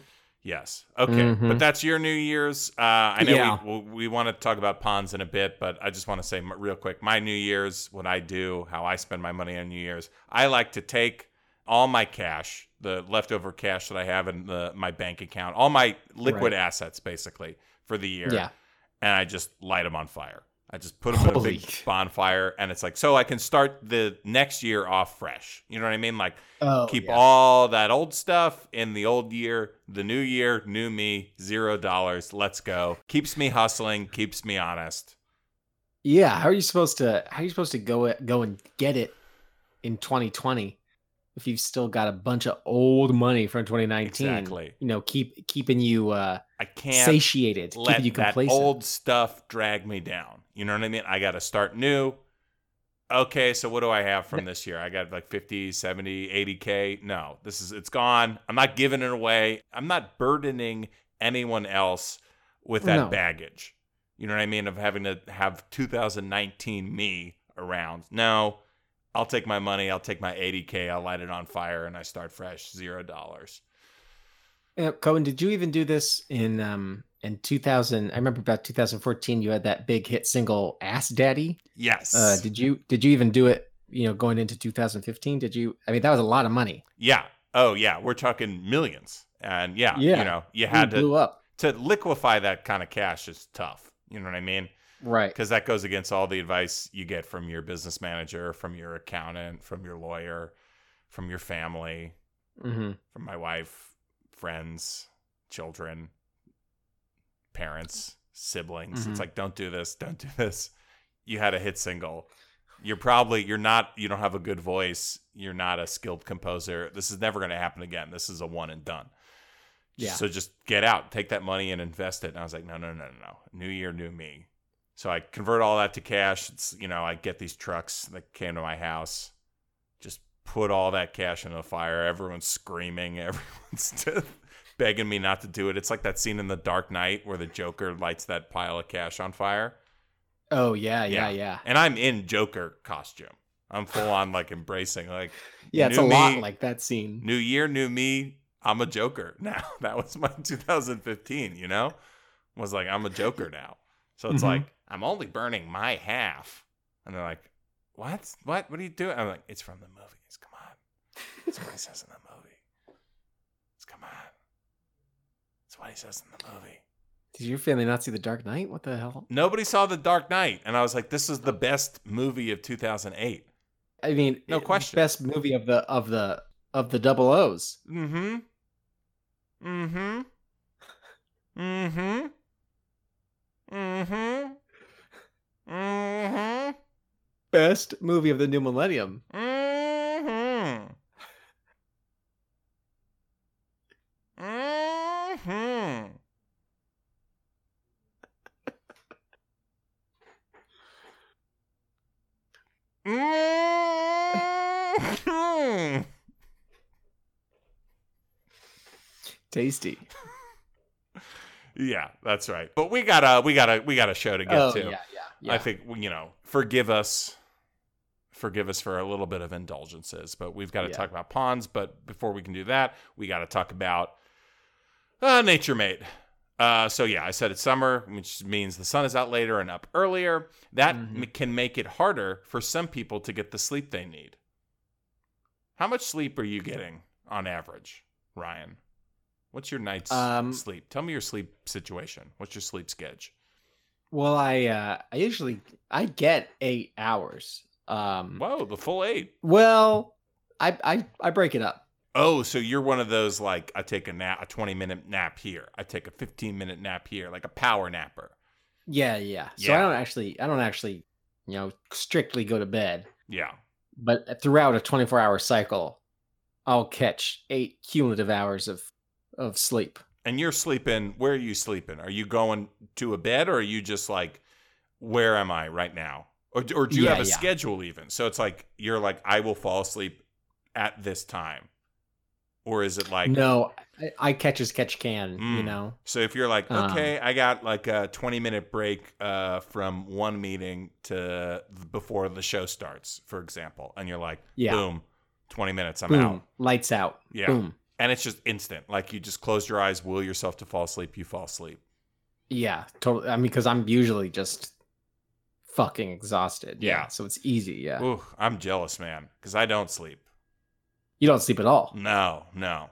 A: Yes. Okay. But
B: Mhm.
A: that's your New Year's. Uh, I know
B: Yeah.
A: we, we, we want to talk about ponds in a bit, but I just want to say m- real quick my New Year's, what I do, how I spend my money on New Year's. I like to take all my cash, the leftover cash that I have in the, my bank account, all my liquid assets basically for the year,
B: Yeah.
A: and I just light them on fire. I just put them in a big
B: Holy.
A: bonfire, and it's like, so I can start the next year off fresh. You know what I mean? Like,
B: Oh,
A: keep all that old stuff in the old year, the new year, new me, zero dollars. Let's go. Keeps me hustling, keeps me honest.
B: Yeah, how are you supposed to how are you supposed to go it, go and get it in 2020 if you've still got a bunch of old money from 2019?
A: Exactly.
B: You know, keep keeping you uh
A: I can't
B: [laughs] satiated, keeping
A: let
B: you
A: that
B: complacent.
A: old stuff drag me down. You know what I mean? I got to start new. Okay, so what do I have from this year? I got like 50, 70, 80K. No, this is, it's gone. I'm not giving it away. I'm not burdening anyone else with that
B: No.
A: baggage. You know what I mean? Of having to have 2019 me around. No, I'll take my money. I'll take my 80K. I'll light it on fire and I start fresh. Zero dollars.
B: Uh, Cohen, did you even do this in um in 2000? I remember about 2014 you had that big hit single Ass Daddy.
A: Yes.
B: Uh did you did you even do it, you know, going into 2015? Did you I mean, that was a lot of money.
A: Yeah. Oh yeah, we're talking millions. And yeah,
B: Yeah.
A: you know, you
B: You
A: had to
B: blew up.
A: to liquefy that kind of cash is tough. You know what I mean?
B: Right.
A: Because that goes against all the advice you get from your business manager, from your accountant, from your lawyer, from your family,
B: Mhm.
A: from my wife, friends, children, parents, siblings.
B: Mhm.
A: It's like don't do this, don't do this. You had a hit single. You're probably you're not you don't have a good voice. You're not a skilled composer. This is never going to happen again. This is a one and done.
B: Yeah.
A: So just get out, take that money and invest it. And I was like, no, no, no, no, no. New year, new me. So I convert all that to cash. It's, you know, I get these trucks that came to my house, just put all that cash in the fire. Everyone's screaming. [laughs] Everyone's begging me not to do it. It's like that scene in The Dark Knight where the Joker lights that pile of cash on fire.
B: Oh yeah,
A: Yeah.
B: yeah, yeah.
A: And I'm in Joker costume. I'm full on like embracing, like,
B: Yeah, it's
A: Knew
B: a lot
A: me.
B: like that scene.
A: new year, new me. I'm a Joker [laughs] now. That was my 2015, you know? Was like, I'm a Joker now. So it's
B: Mhm.
A: like, I'm only burning my half. And they're like, What? What? What are you doing? I'm like, It's from the movies. Come on. It's what he says in the movie. It's come on. It's what he says in the movie.
B: Did your family not see The Dark Knight? What the hell?
A: Nobody saw The Dark Knight. And I was like, This is the best movie of 2008.
B: I mean,
A: No
B: it-
A: question.
B: Best movie of the of the of the double O's.
A: Mm hmm. Mm hmm. Mm hmm. Mm hmm. Mm
B: Best movie of the new millennium.
A: hmm. Mm hmm. Mm hmm. Mm-hmm.
B: Tasty.
A: [laughs] Yeah, that's right. But we got a we got a we got a show to get
B: oh
A: to.
B: yeah, yeah, yeah.
A: I think you know, forgive us, forgive us for a little bit of indulgences. But we've got to
B: Yeah.
A: talk about pawns. But before we can do that, we got to talk about uh, Nature Mate. Uh, so yeah, I said it's summer, which means the sun is out later and up earlier. That
B: Mhm.
A: m- can make it harder for some people to get the sleep they need. How much sleep are you getting on average, Ryan? What's your night's
B: Um,
A: sleep? Tell me your sleep situation. What's your sleep schedule?
B: Well, I uh, I usually I get eight hours. Um,
A: Whoa, the full eight.
B: well, I I I break it up.
A: Oh, so you're one of those like I take a nap, a 20 minute nap here. I take a 15 minute nap here, like a power napper.
B: Yeah, yeah. So
A: Yeah.
B: I don't actually I don't actually you know strictly go to bed,
A: Yeah.
B: but uh, throughout a twenty four hour cycle, I'll catch eight cumulative hours of of sleep.
A: And you're sleeping. Where are you sleeping? Are you going to a bed, or are you just like, where am I right now? Or or do you
B: Yeah,
A: have a
B: yeah.
A: schedule even? So it's like you're like I will fall asleep at this time, or is it like
B: no, I, I catch as catch can. You
A: Mm.
B: know.
A: So if you're like,
B: Um,
A: okay, I got like a 20 minute break uh, from one meeting to before the show starts, for example, and you're like,
B: Yeah.
A: boom, 20 minutes, I'm
B: Boom.
A: out.
B: Lights out.
A: Yeah.
B: Boom.
A: and it's just instant. Like you just close your eyes, will yourself to fall asleep, you fall asleep.
B: Yeah, totally. I mean, because I'm usually just fucking exhausted.
A: Yeah.
B: So it's easy. Yeah.
A: Ooh, I'm jealous, man, because I don't sleep.
B: You don't sleep at all.
A: No, no,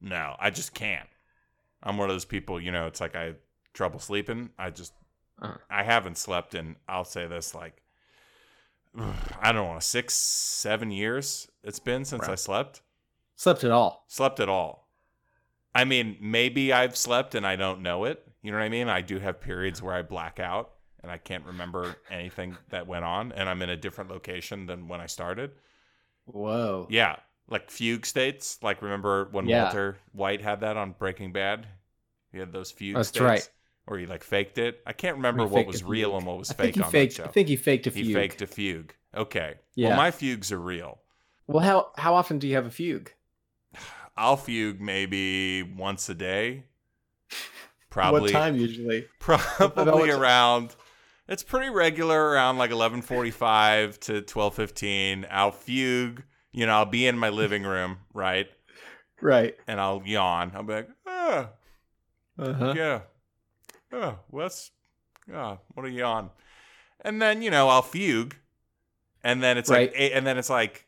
A: no. I just can't. I'm one of those people, you know. It's like I trouble sleeping. I just,
B: Uh-huh.
A: I haven't slept, and I'll say this like, [sighs] I don't know, six, seven years it's been since I
B: Right.
A: slept.
B: Slept at all.
A: Slept at all. I mean, maybe I've slept and I don't know it. You know what I mean? I do have periods where I black out and I can't remember anything that went on, and I'm in a different location than when I started.
B: Whoa.
A: Yeah, like fugue states. Like remember when
B: Yeah.
A: Walter White had that on Breaking Bad? He had those fugue
B: That's
A: states.
B: right.
A: Or he like faked it. I can't remember
B: He
A: what
B: faked
A: was
B: a
A: real
B: fugue.
A: and what was
B: I
A: fake
B: think he
A: on
B: faked.
A: that
B: I
A: show.
B: think he faked a
A: he
B: fugue.
A: faked a fugue. Okay. Well,
B: Yeah.
A: my fugues are real.
B: Well, how how often do you have a fugue?
A: I'll fugue maybe once a
B: [laughs]
A: day. Probably.
B: What time usually? about
A: [laughs] probably
B: what-
A: around it's pretty regular around like 11:45 to 12:15 I'll fugue you know I'll be in my living room right
B: Right.
A: and I'll yawn I'll be like ah
B: Uh-huh.
A: yeah oh well, that's ah, what a yawn and then you know I'll fugue and then it's
B: Right.
A: like eight, and then it's like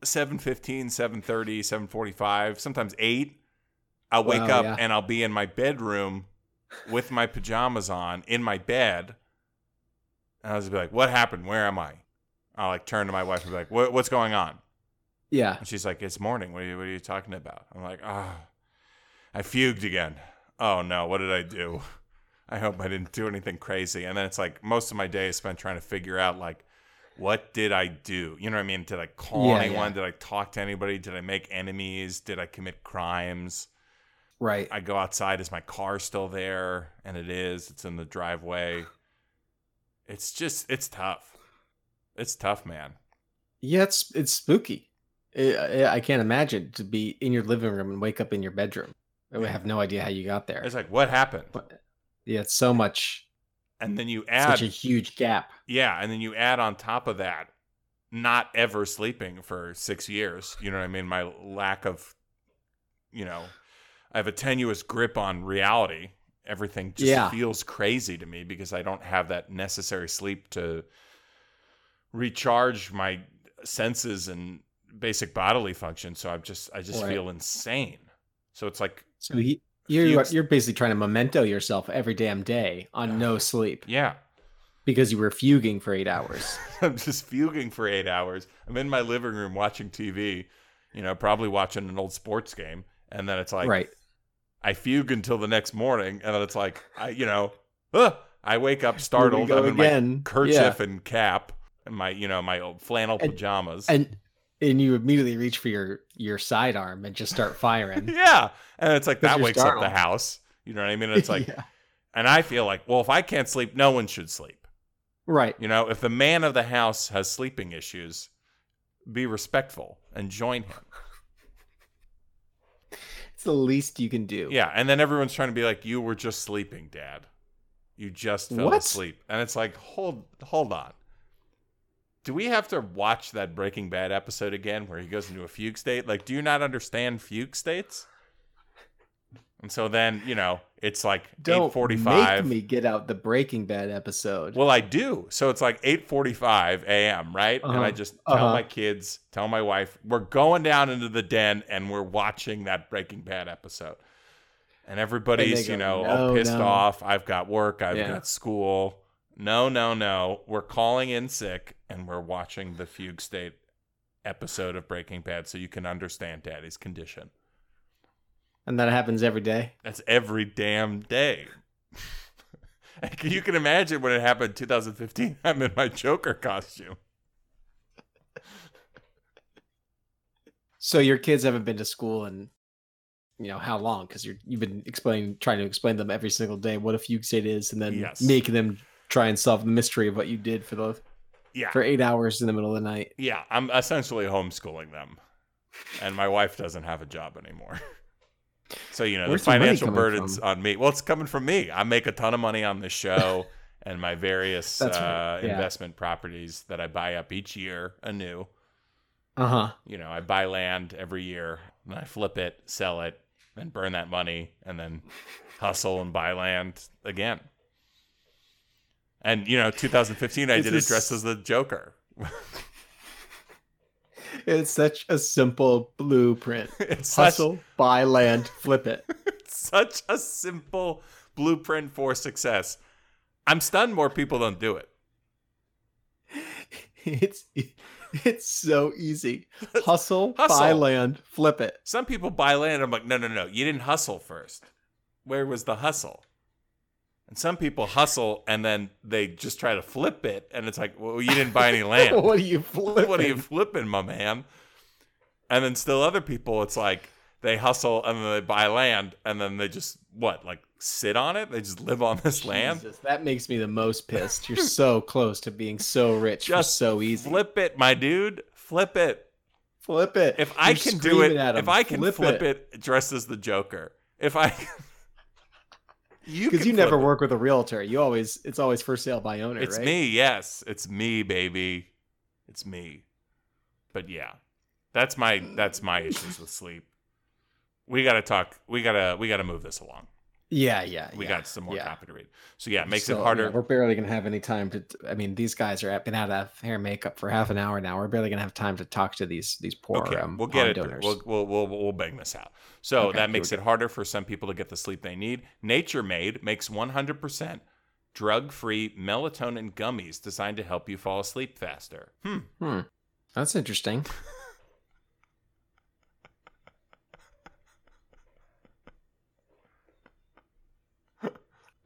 A: 7:15 7:30 7:45 sometimes 8 I'll wake
B: Wow,
A: up
B: yeah.
A: and I'll be in my bedroom with my pajamas on in my bed. And I'll just be like, what happened? Where am I? I'll like turn to my wife and be like, what, what's going on?
B: Yeah.
A: And she's like, it's morning. What are you, what are you talking about? I'm like, ah, I fugued again. Oh no, what did I do? [laughs] I hope I didn't do anything crazy. And then it's like most of my day is spent trying to figure out like, what did I do? You know what I mean? Did I call
B: Yeah,
A: anyone?
B: yeah.
A: Did I talk to anybody? Did I make enemies? Did I commit crimes?
B: Right.
A: I go outside. Is my car still there? And it is. It's in the driveway. It's just, it's tough. It's tough, man.
B: Yeah, it's it's spooky. I I I can't imagine to be in your living room and wake up in your bedroom. I would have no idea how you got there.
A: It's like, what happened?
B: But- yeah, it's so much,
A: And then you add,
B: such a huge gap.
A: yeah, and then you add on top of that, not ever sleeping for six years. You know what I mean? My lack of, you know, I have a tenuous grip on reality. Everything just
B: Yeah.
A: feels crazy to me because I don't have that necessary sleep to recharge my senses and basic bodily function. So I'm just, I just
B: Right.
A: feel insane. So it's like,
B: So he, you're
A: Huge-
B: what- you're basically trying to memento yourself every damn day on no sleep
A: yeah,
B: because you were fuguing for eight hours.
A: [laughs] I'm just fuging for eight hours. I'm in my living room watching TV, you know, probably watching an old sports game. And then it's like,
B: right.
A: I fugue until the next morning. And then it's like, I, you know, "Ugh." I wake up startled.
B: Here
A: I'm
B: we
A: in
B: go again.
A: my kerchief
B: Yeah.
A: and cap and my, you know, my old flannel
B: And-
A: pajamas.
B: And and you immediately reach for your your sidearm and just start
A: [laughs]
B: firing.
A: yeah. And it's like,
B: 'Cause
A: that
B: you're
A: wakes up
B: startled.
A: the house. You know what I mean? And it's like,
B: [laughs] Yeah.
A: and I feel like, well, if I can't sleep, no one should sleep.
B: right.
A: You know, if the man of the house has sleeping issues, be respectful and join him.
B: It's the least you can do.
A: Yeah, and then everyone's trying to be like, "You were just sleeping, Dad. You just fell
B: What?
A: asleep." And it's like, hold, hold on. Do we have to watch that Breaking Bad episode again where he goes into a fugue state? Like, do you not understand fugue states? And so then, you know, it's like eight
B: Don't
A: forty-five.
B: make me get out the Breaking Bad episode.
A: Well, I do. So it's like 8:45 a.m., right? And
B: Uh-huh.
A: I just tell
B: Uh-huh.
A: my kids, tell my wife, we're going down into the den and we're watching that Breaking Bad episode. And everybody's,
B: And they
A: you
B: go,
A: know, all
B: "No,
A: pissed
B: no."
A: off. I've got work, I've
B: Yeah.
A: got school. No, no, no. We're calling in sick and we're watching the fugue state episode of Breaking Bad so you can understand daddy's condition.
B: And that happens every day.
A: That's every damn day. [laughs] you can imagine when it happened in 2015. [laughs] I'm in my Joker costume.
B: So your kids haven't been to school in, you know, how long? Because you're you've been explaining, trying to explain to them every single day what a fugue state is, and then
A: Yes.
B: making them try and solve the mystery of what you did for the
A: Yeah.
B: for eight hours in the middle of the night.
A: Yeah. I'm essentially homeschooling them. And my wife doesn't have a job anymore. [laughs] So, you know,
B: Where's
A: the
B: the money
A: financial
B: coming
A: burden's
B: from?
A: on me. Well, it's coming from me. I make a ton of money on this
B: [laughs]
A: show and my various
B: That's right.
A: uh,
B: Yeah.
A: investment properties that I buy up each year anew.
B: Uh huh.
A: You know, I buy land every year. and I flip it, sell it, and burn that money, and then hustle and buy land again. And you know, 2015, I
B: This
A: did it
B: is-
A: dressed as the Joker. [laughs]
B: It's such a simple blueprint.
A: It's such,
B: Hustle, buy land, flip it.
A: [laughs] such a simple blueprint for success. I'm stunned more people don't do it.
B: [laughs] It's it's so
A: [laughs]
B: easy. Hustle, buy
A: Hustle.
B: land, flip it.
A: Some people buy land. I'm like, no, no, no. You didn't hustle first. Where was the hustle? And some people hustle and then they just try to flip it. And it's like, well, you didn't buy any land.
B: [laughs] What are you
A: [laughs]
B: flipping?
A: what are you flipping, my man? And then still other people, it's like they hustle and then they buy land and then they just, what, like sit on it? They just live on this land?
B: Jesus, that makes me the most
A: [laughs]
B: pissed. You're so close to being so rich. You're
A: Just
B: so easy.
A: Flip it, my dude. Flip it.
B: Flip it.
A: If I
B: You're
A: can do it,
B: screaming at 'em,
A: if I can flip, it. dressed as the Joker, if I. [laughs] You
B: because
A: can
B: you never
A: flip it.
B: work with a realtor. You always it's always for sale by owner.
A: It's
B: right?
A: me, yes. It's me, baby. It's me. But yeah. That's my that's my issues with sleep. We gotta talk. We gotta we gotta move this along.
B: Yeah, yeah.
A: We
B: yeah.
A: got some more
B: yeah.
A: copy to read. So yeah, it makes
B: So,
A: it
B: yeah,
A: harder.
B: we're barely gonna have any time to. I mean, these guys are been out of hair makeup for half an hour now. We're barely gonna have time to talk to these these poor
A: okay,
B: um,
A: we'll get
B: pawn
A: it. through.
B: donors.
A: We'll, we'll we'll we'll bang this out. So
B: Okay,
A: that
B: here
A: makes
B: we
A: it harder for some people to get the sleep they need. Nature Made makes 100% drug-free melatonin gummies designed to help you fall asleep faster. Hmm.
B: Hmm. That's interesting.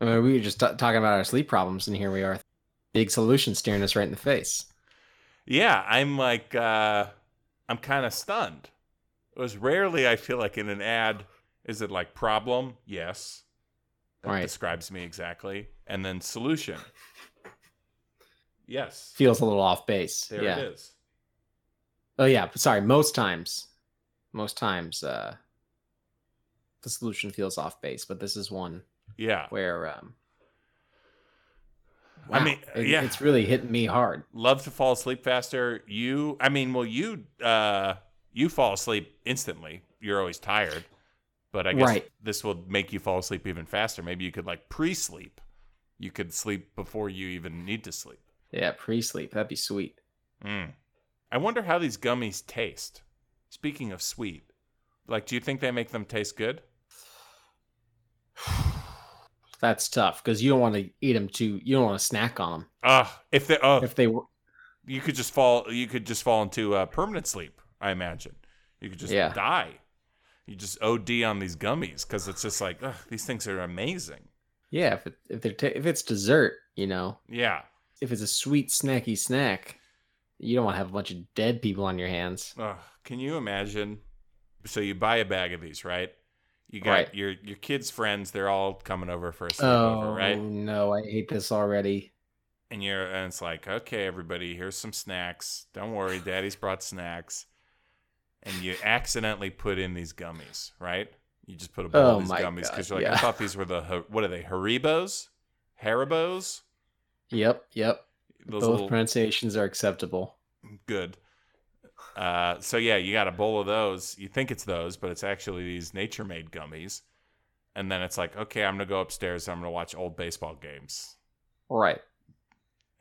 B: I mean, we were just t- talking about our sleep problems, and here we are, big solution staring us right in the face.
A: yeah i'm like uh i'm kind of stunned it was rarely i feel like in an ad is it like problem yes that
B: Right.
A: describes me exactly and then
B: [laughs]
A: solution yes
B: Feels a little off base.
A: there
B: yeah.
A: it is
B: Oh yeah. Sorry. Most times, most times, uh, the solution feels off base, but this is one
A: yeah
B: where um,
A: I
B: wow,
A: mean,
B: it-
A: yeah.
B: it's really hitting me hard.
A: love to fall asleep faster you i mean well you uh you fall asleep instantly you're always tired but i guess
B: Right.
A: this will make you fall asleep even faster maybe you could like pre-sleep you could sleep before you even need to sleep
B: Yeah, pre-sleep. That'd be sweet.
A: Mm. I wonder how these gummies taste. Speaking of sweet, like, do you think they make them taste good?
B: That's tough because you don't want to eat them too. You don't want to snack on them
A: Ugh, if they, oh,
B: [laughs] if they were.
A: you could just fall, you could just fall into uh, permanent sleep. I imagine you could just
B: Yeah.
A: die. You just OD on these gummies because it's just like, ugh, these things are amazing.
B: Yeah, if it, if they're ta- if it's dessert, you know,
A: Yeah.
B: if it's a sweet snacky snack, you don't want to have a bunch of dead people on your hands.
A: Ugh, can you imagine? So you buy a bag of these, right? You got
B: Right.
A: your your kids' friends. They're all coming over for a sleepover,
B: Oh
A: right?
B: no, I hate this already.
A: and you're and it's like okay everybody here's some snacks don't worry daddy's brought snacks and you accidentally put in these gummies right you just put a bowl
B: Oh
A: of these
B: my
A: gummies because
B: God,
A: you're like i
B: yeah.
A: thought these were the Ha- what are they haribos haribos
B: Yep, yep.
A: those
B: Both
A: little
B: pronunciations are acceptable.
A: good uh, so yeah you got a bowl of those you think it's those but it's actually these nature made gummies and then it's like okay i'm gonna go upstairs i'm gonna watch old baseball games
B: All right.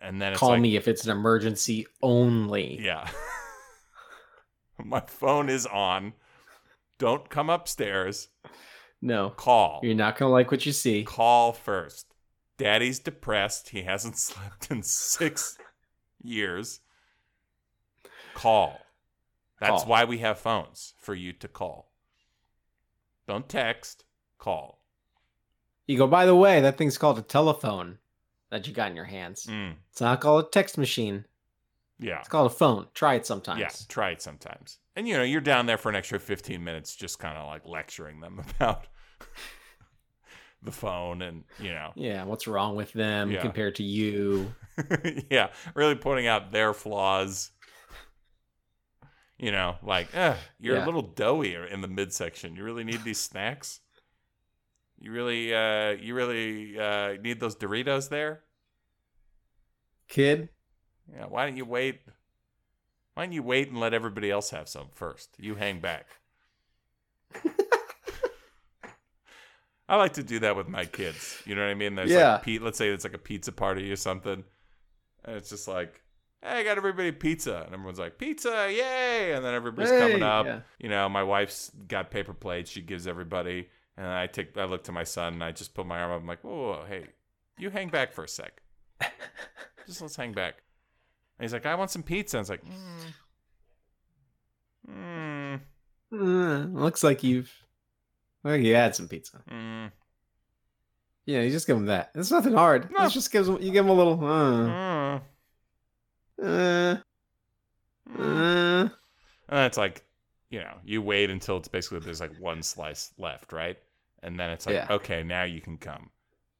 A: and then it's
B: Call
A: like,
B: me if it's an emergency only.
A: Yeah. [laughs] My phone is on. Don't come upstairs.
B: No.
A: Call.
B: You're not gonna like what you see.
A: Call first. Daddy's depressed. He hasn't [laughs] slept in six years. Call. That's
B: Call.
A: why we have phones for you to call. Don't text. Call.
B: You go, by the way, that thing's called a telephone that you got in your hands.
A: Mm,
B: It's not called a text machine.
A: Yeah.
B: It's called a phone. Try it sometimes.
A: Yeah. Try it sometimes. And you know, you're down there for an extra 15 minutes just kind of like lecturing them [laughs] about the phone and, you know.
B: [laughs]
A: [laughs]
B: Yeah, what's wrong with them
A: Yeah.
B: compared to you?
A: yeah, really pointing out their flaws. You know, like, eh, you're a
B: Yeah.
A: little doughy in the midsection. You really need these snacks. You really, uh, you really uh, need those Doritos there.
B: Kid,
A: Yeah, why don't
C: [laughs]
A: you wait? Why don't you wait and let everybody else have some first? You hang back. I like to do that with my kids. You know what I mean? There's
C: Yeah.
A: like pe- let's say it's like a pizza party or something. And it's just like, hey, I got everybody pizza. And everyone's like, pizza, yay. And then everybody's coming
C: Hey,
A: up.
C: yeah.
A: You know, my wife's got paper plates. She gives everybody. And I take, I look to my son and I just put my arm up. I'm like, whoa, whoa, whoa, hey, you hang back for a sec. Just let's hang back. And he's like, I want some pizza. And I was like, mm. Mm.
B: Mm, looks like you've. Well, you had some pizza.
A: Mm.
B: Yeah, you just give them that. It's nothing hard.
A: No.
B: It's just gives 'em- you give them a little. Uh,
A: Mm.
B: uh,
A: Mm.
B: uh. [laughs]
A: And it's like, you know, you wait until it's basically there's like one slice left, right? And then it's like,
B: Yeah.
A: okay, now you can come.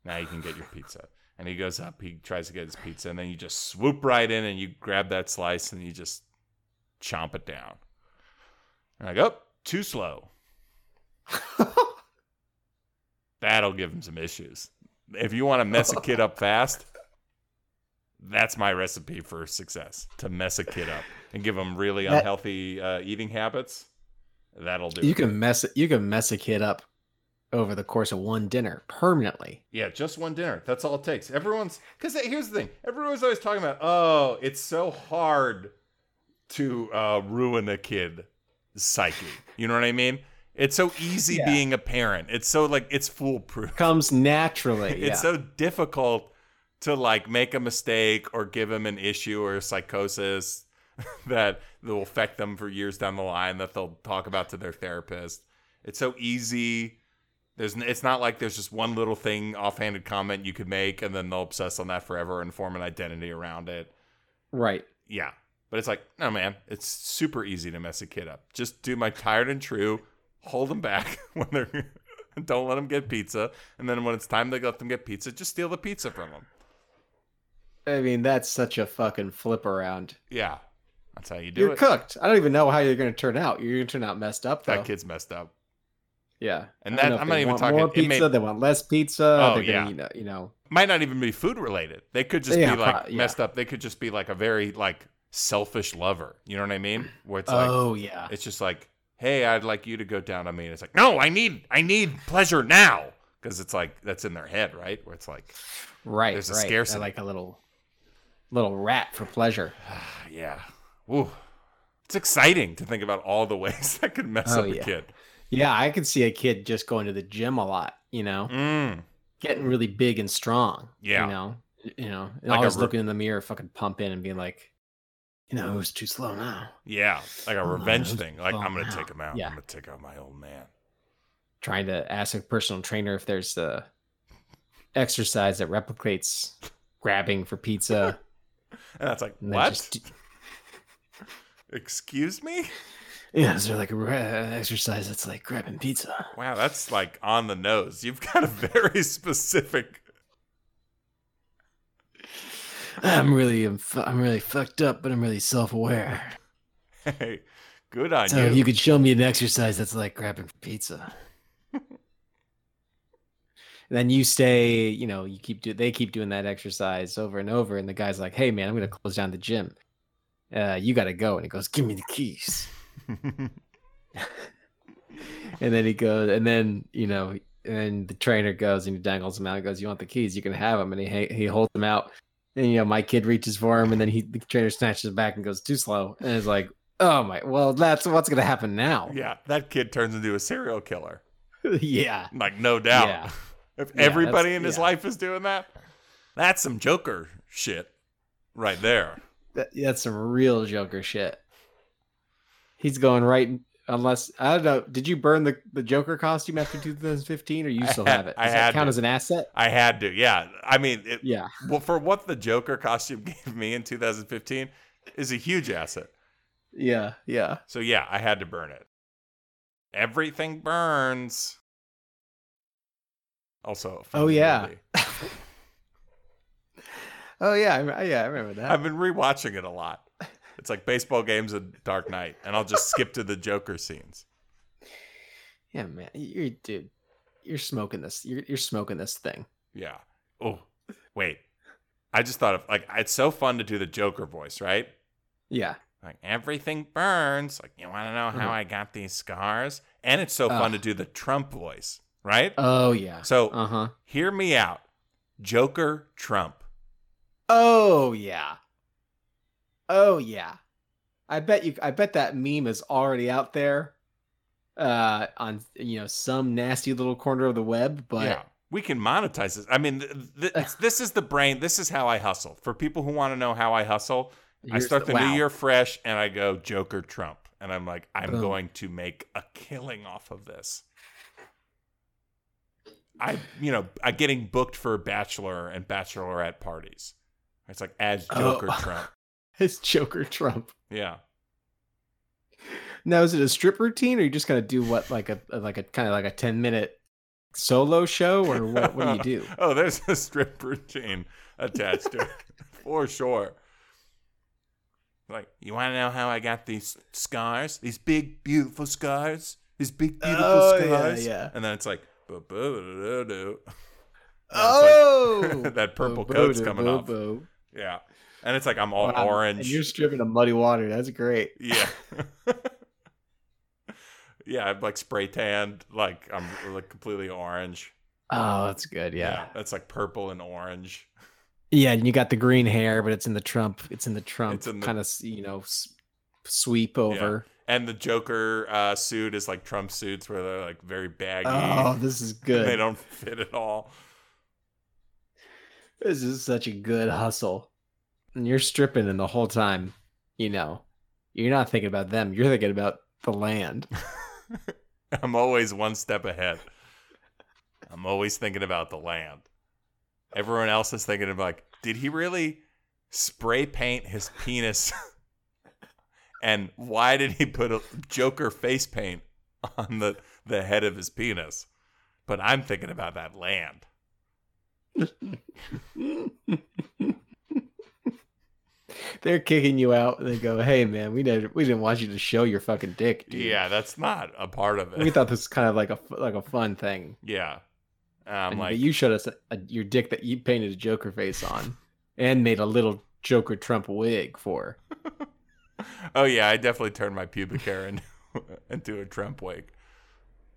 A: Now you can get your pizza. And he goes up, he tries to get his pizza, and then you just swoop right in and you grab that slice and you just chomp it down. And like, oh, too slow. That'll give him some issues. If you want to mess a kid
B: [laughs]
A: up fast, that's my recipe for success to mess a kid up and give them really
B: That-
A: unhealthy uh, eating habits. That'll do.
B: you
A: it.
B: can mess you can mess a kid up over the course of one dinner permanently.
A: Yeah, just one dinner. That's all it takes. Everyone's because here's the thing. Everyone's always talking about, oh, it's so hard to uh, ruin a kid psyche. You know what I mean? It's so easy
B: Yeah.
A: being a parent. It's so like it's foolproof.
B: Comes naturally. yeah.
A: [laughs] It's so difficult to like make a mistake or give them an issue or a psychosis [laughs] that will affect them for years down the line that they'll talk about to their therapist. It's so easy. There's n- it's not like there's just one little thing offhanded comment you could make and then they'll obsess on that forever and form an identity around it.
B: right.
A: Yeah. But it's like, no man, it's super easy to mess a kid up. Just do my tired and true, hold them back [laughs] when they're don't let them get pizza, and then when it's time to let them get pizza, just steal the pizza from them.
B: I mean, that's such a fucking flip around.
A: Yeah. That's how you do
B: You're
A: it.
B: cooked. I don't even know how you're going to turn out. You're going to turn out messed up though.
A: That kid's messed up.
B: yeah.
A: And
B: I don't
A: that
B: know if
A: I'm
B: they
A: not even
B: want
A: talking
B: more
A: it
B: pizza.
A: may,
B: they want less pizza.
A: Oh,
B: They're
A: yeah.
B: gonna, you know, you know.
A: might not even be food related. They could just
B: Yeah,
A: be like
B: pro- yeah.
A: messed up. They could just be like a very like selfish lover. You know what I mean? Where it's like
B: oh yeah.
A: It's just like, hey, I'd like you to go down on me. And it's like, no, I need, I need pleasure now. Because it's like that's in their head, right? Where it's like, [sighs]
B: Right.
A: there's a
B: right. I
A: scarcity.
B: like a little little rat for pleasure.
A: ah, yeah, Woo. it's exciting to think about all the [laughs] ways that could mess
B: Oh,
A: up a
B: yeah.
A: kid.
B: Yeah, I could see a kid just going to the gym a lot, you know,
A: Mm.
B: getting really big and strong.
A: Yeah.
B: You know, you know, and
A: Like a
B: always
A: re-
B: looking in the mirror, fucking pumping and being like, you know, who's too slow now?
A: Yeah, like a
B: Oh,
A: revenge
B: those-
A: thing. Like
B: oh,
A: I'm gonna
B: wow.
A: take him out.
B: Yeah.
A: I'm gonna take out my old man.
B: Trying to ask a personal trainer if there's a exercise that replicates grabbing
A: [laughs]
B: for pizza.
A: And that's like,
B: And then
A: what?
B: Just, do-
A: Excuse me?
B: yeah, is there like a re- exercise that's like grabbing pizza?
A: Wow, that's like on the nose. You've got a [laughs] very specific.
B: I'm really, I'm, fu- I'm really fucked up, but I'm really self-aware.
A: Hey, good on
B: So
A: you.
B: if you could show me an exercise that's like grabbing for pizza. And then you stay, you know, you keep do they keep doing that exercise over and over, and the guy's like, "Hey, man, I'm gonna close down the gym. Uh, you gotta go." And he goes, "Give me the keys." and then he goes, and then you know, and the trainer goes and he dangles him out. He goes, "You want the keys? You can have them." And he ha- he holds them out, and you know, my kid reaches for him, and then he the trainer snatches him back and goes, "Too slow." And it's like, "Oh my, well, that's what's gonna happen now."
A: [laughs] yeah, that kid turns into a serial killer.
B: [laughs] yeah.
A: Like no doubt.
B: Yeah.
A: If
B: Yeah,
A: everybody
B: that's-
A: in his
B: yeah.
A: life is doing that, that's some Joker shit right there.
B: That, that's some real Joker shit. He's going right unless I don't know. Did you burn the, the Joker costume after 2015 or you
A: I
B: still
A: had-
B: have it?
A: I
B: Does
A: had
B: that count
A: it.
B: as an asset?
A: I had to. Yeah. I mean, it,
B: Yeah.
A: well, for what the Joker costume [laughs] gave me in 2015 is a huge asset.
B: Yeah. Yeah.
A: So yeah, I had to burn it. Everything burns. Also, a funny
B: Oh, yeah.
A: movie.
B: Oh yeah, I, re- yeah, I remember that.
A: I've been rewatching it a lot. It's like baseball games and Dark Knight, and I'll just skip to the Joker scenes.
B: yeah, man, you're dude, you're smoking this. You're you're smoking this thing.
A: Yeah. Oh, wait. I just thought of like it's so fun to do the Joker voice, right?
B: Yeah.
A: Like everything burns. Like you want to know how
B: Mhm.
A: I got these scars, and it's so
B: Ah.
A: fun to do the Trump voice. right?
B: Oh yeah.
A: So
B: Uh huh.
A: hear me out. Joker Trump.
B: Oh yeah. Oh yeah. I bet you I bet that meme is already out there uh on you know some nasty little corner of the web, but
A: we can monetize this. I mean, th- th- it's- this is the brain. This is how I hustle. For people who want to know how I hustle, I
B: here's
A: start the
B: wow.
A: new year fresh and I go Joker Trump. And I'm like, I'm
B: Boom.
A: going to make a killing off of this. I, you know, I'm getting booked for bachelor and bachelorette parties. It's like as
B: [laughs]
A: Joker
B: Oh.
A: Trump.
B: [laughs] It's Joker Trump.
A: Yeah.
B: Now is it a strip routine or you just gonna do what like a like a kind of like a ten minute solo show or what what do
A: [laughs]
B: you do?
A: Oh, there's a strip routine attached to it [laughs] for sure. Like, you want to know how I got these scars? These big, beautiful scars? These big, beautiful
B: Oh, yeah,
A: scars?
B: yeah.
A: And then it's like, "Boo-boo-doo-doo-doo."
B: Oh
A: [laughs] that purple coat's coming off.
B: Bo-bo-do-bo-bo.
A: Yeah. And it's like, I'm all
B: Wow, And
A: orange.
B: you're stripping in muddy water. That's great.
A: Yeah. [laughs] yeah, I'm like spray tanned. Like, I'm like completely orange.
B: Oh, that's good. Yeah.
A: That's like purple and orange.
B: Yeah, and you got the green hair, but it's in the Trump. It's in the Trump
A: in the-
B: kind of you know s- sweep over.
A: And the Joker uh, suit is like Trump suits where they're like very baggy.
B: Oh, this is
A: and They
B: good.
A: don't fit at all.
B: This is such a good hustle. And you're stripping, and the whole time, you know, you're not thinking about them. You're thinking about the land. [laughs]
A: I'm always one step ahead. I'm always thinking about the land. Everyone else is thinking of like, did he really spray paint his penis? [laughs] and why did he put a Joker face paint on the, the head of his penis? But I'm thinking about that land.
B: They're kicking you out. And they go, "Hey, man, we didn't we didn't want you to show your fucking dick, dude.
A: Yeah, that's not a part of it.
B: we thought this was kind of like a f- like a fun thing.
A: yeah. And I'm
B: And-
A: like,
B: but you showed us a, a- your dick that you painted a Joker face on, and made a little Joker Trump wig for.
A: Oh yeah, I definitely turned my pubic hair into, [laughs] into a Trump wig.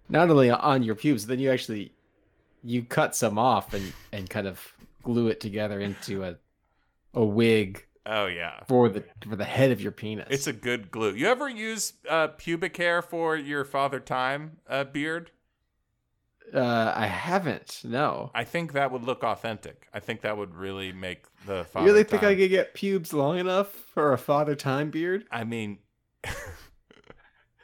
B: Not only on your pubes, then you actually you cut some off and and kind of glue it together into a a wig
A: Oh yeah,
B: for the for the head of your penis.
A: it's a good glue. You ever use uh, pubic hair for your father time uh, beard?
B: uh, I haven't. No,
A: I think that would look authentic. I think that would really make the
B: you
A: father.
B: really think I
A: Time-
B: could get pubes long enough for a father time beard?
A: I mean,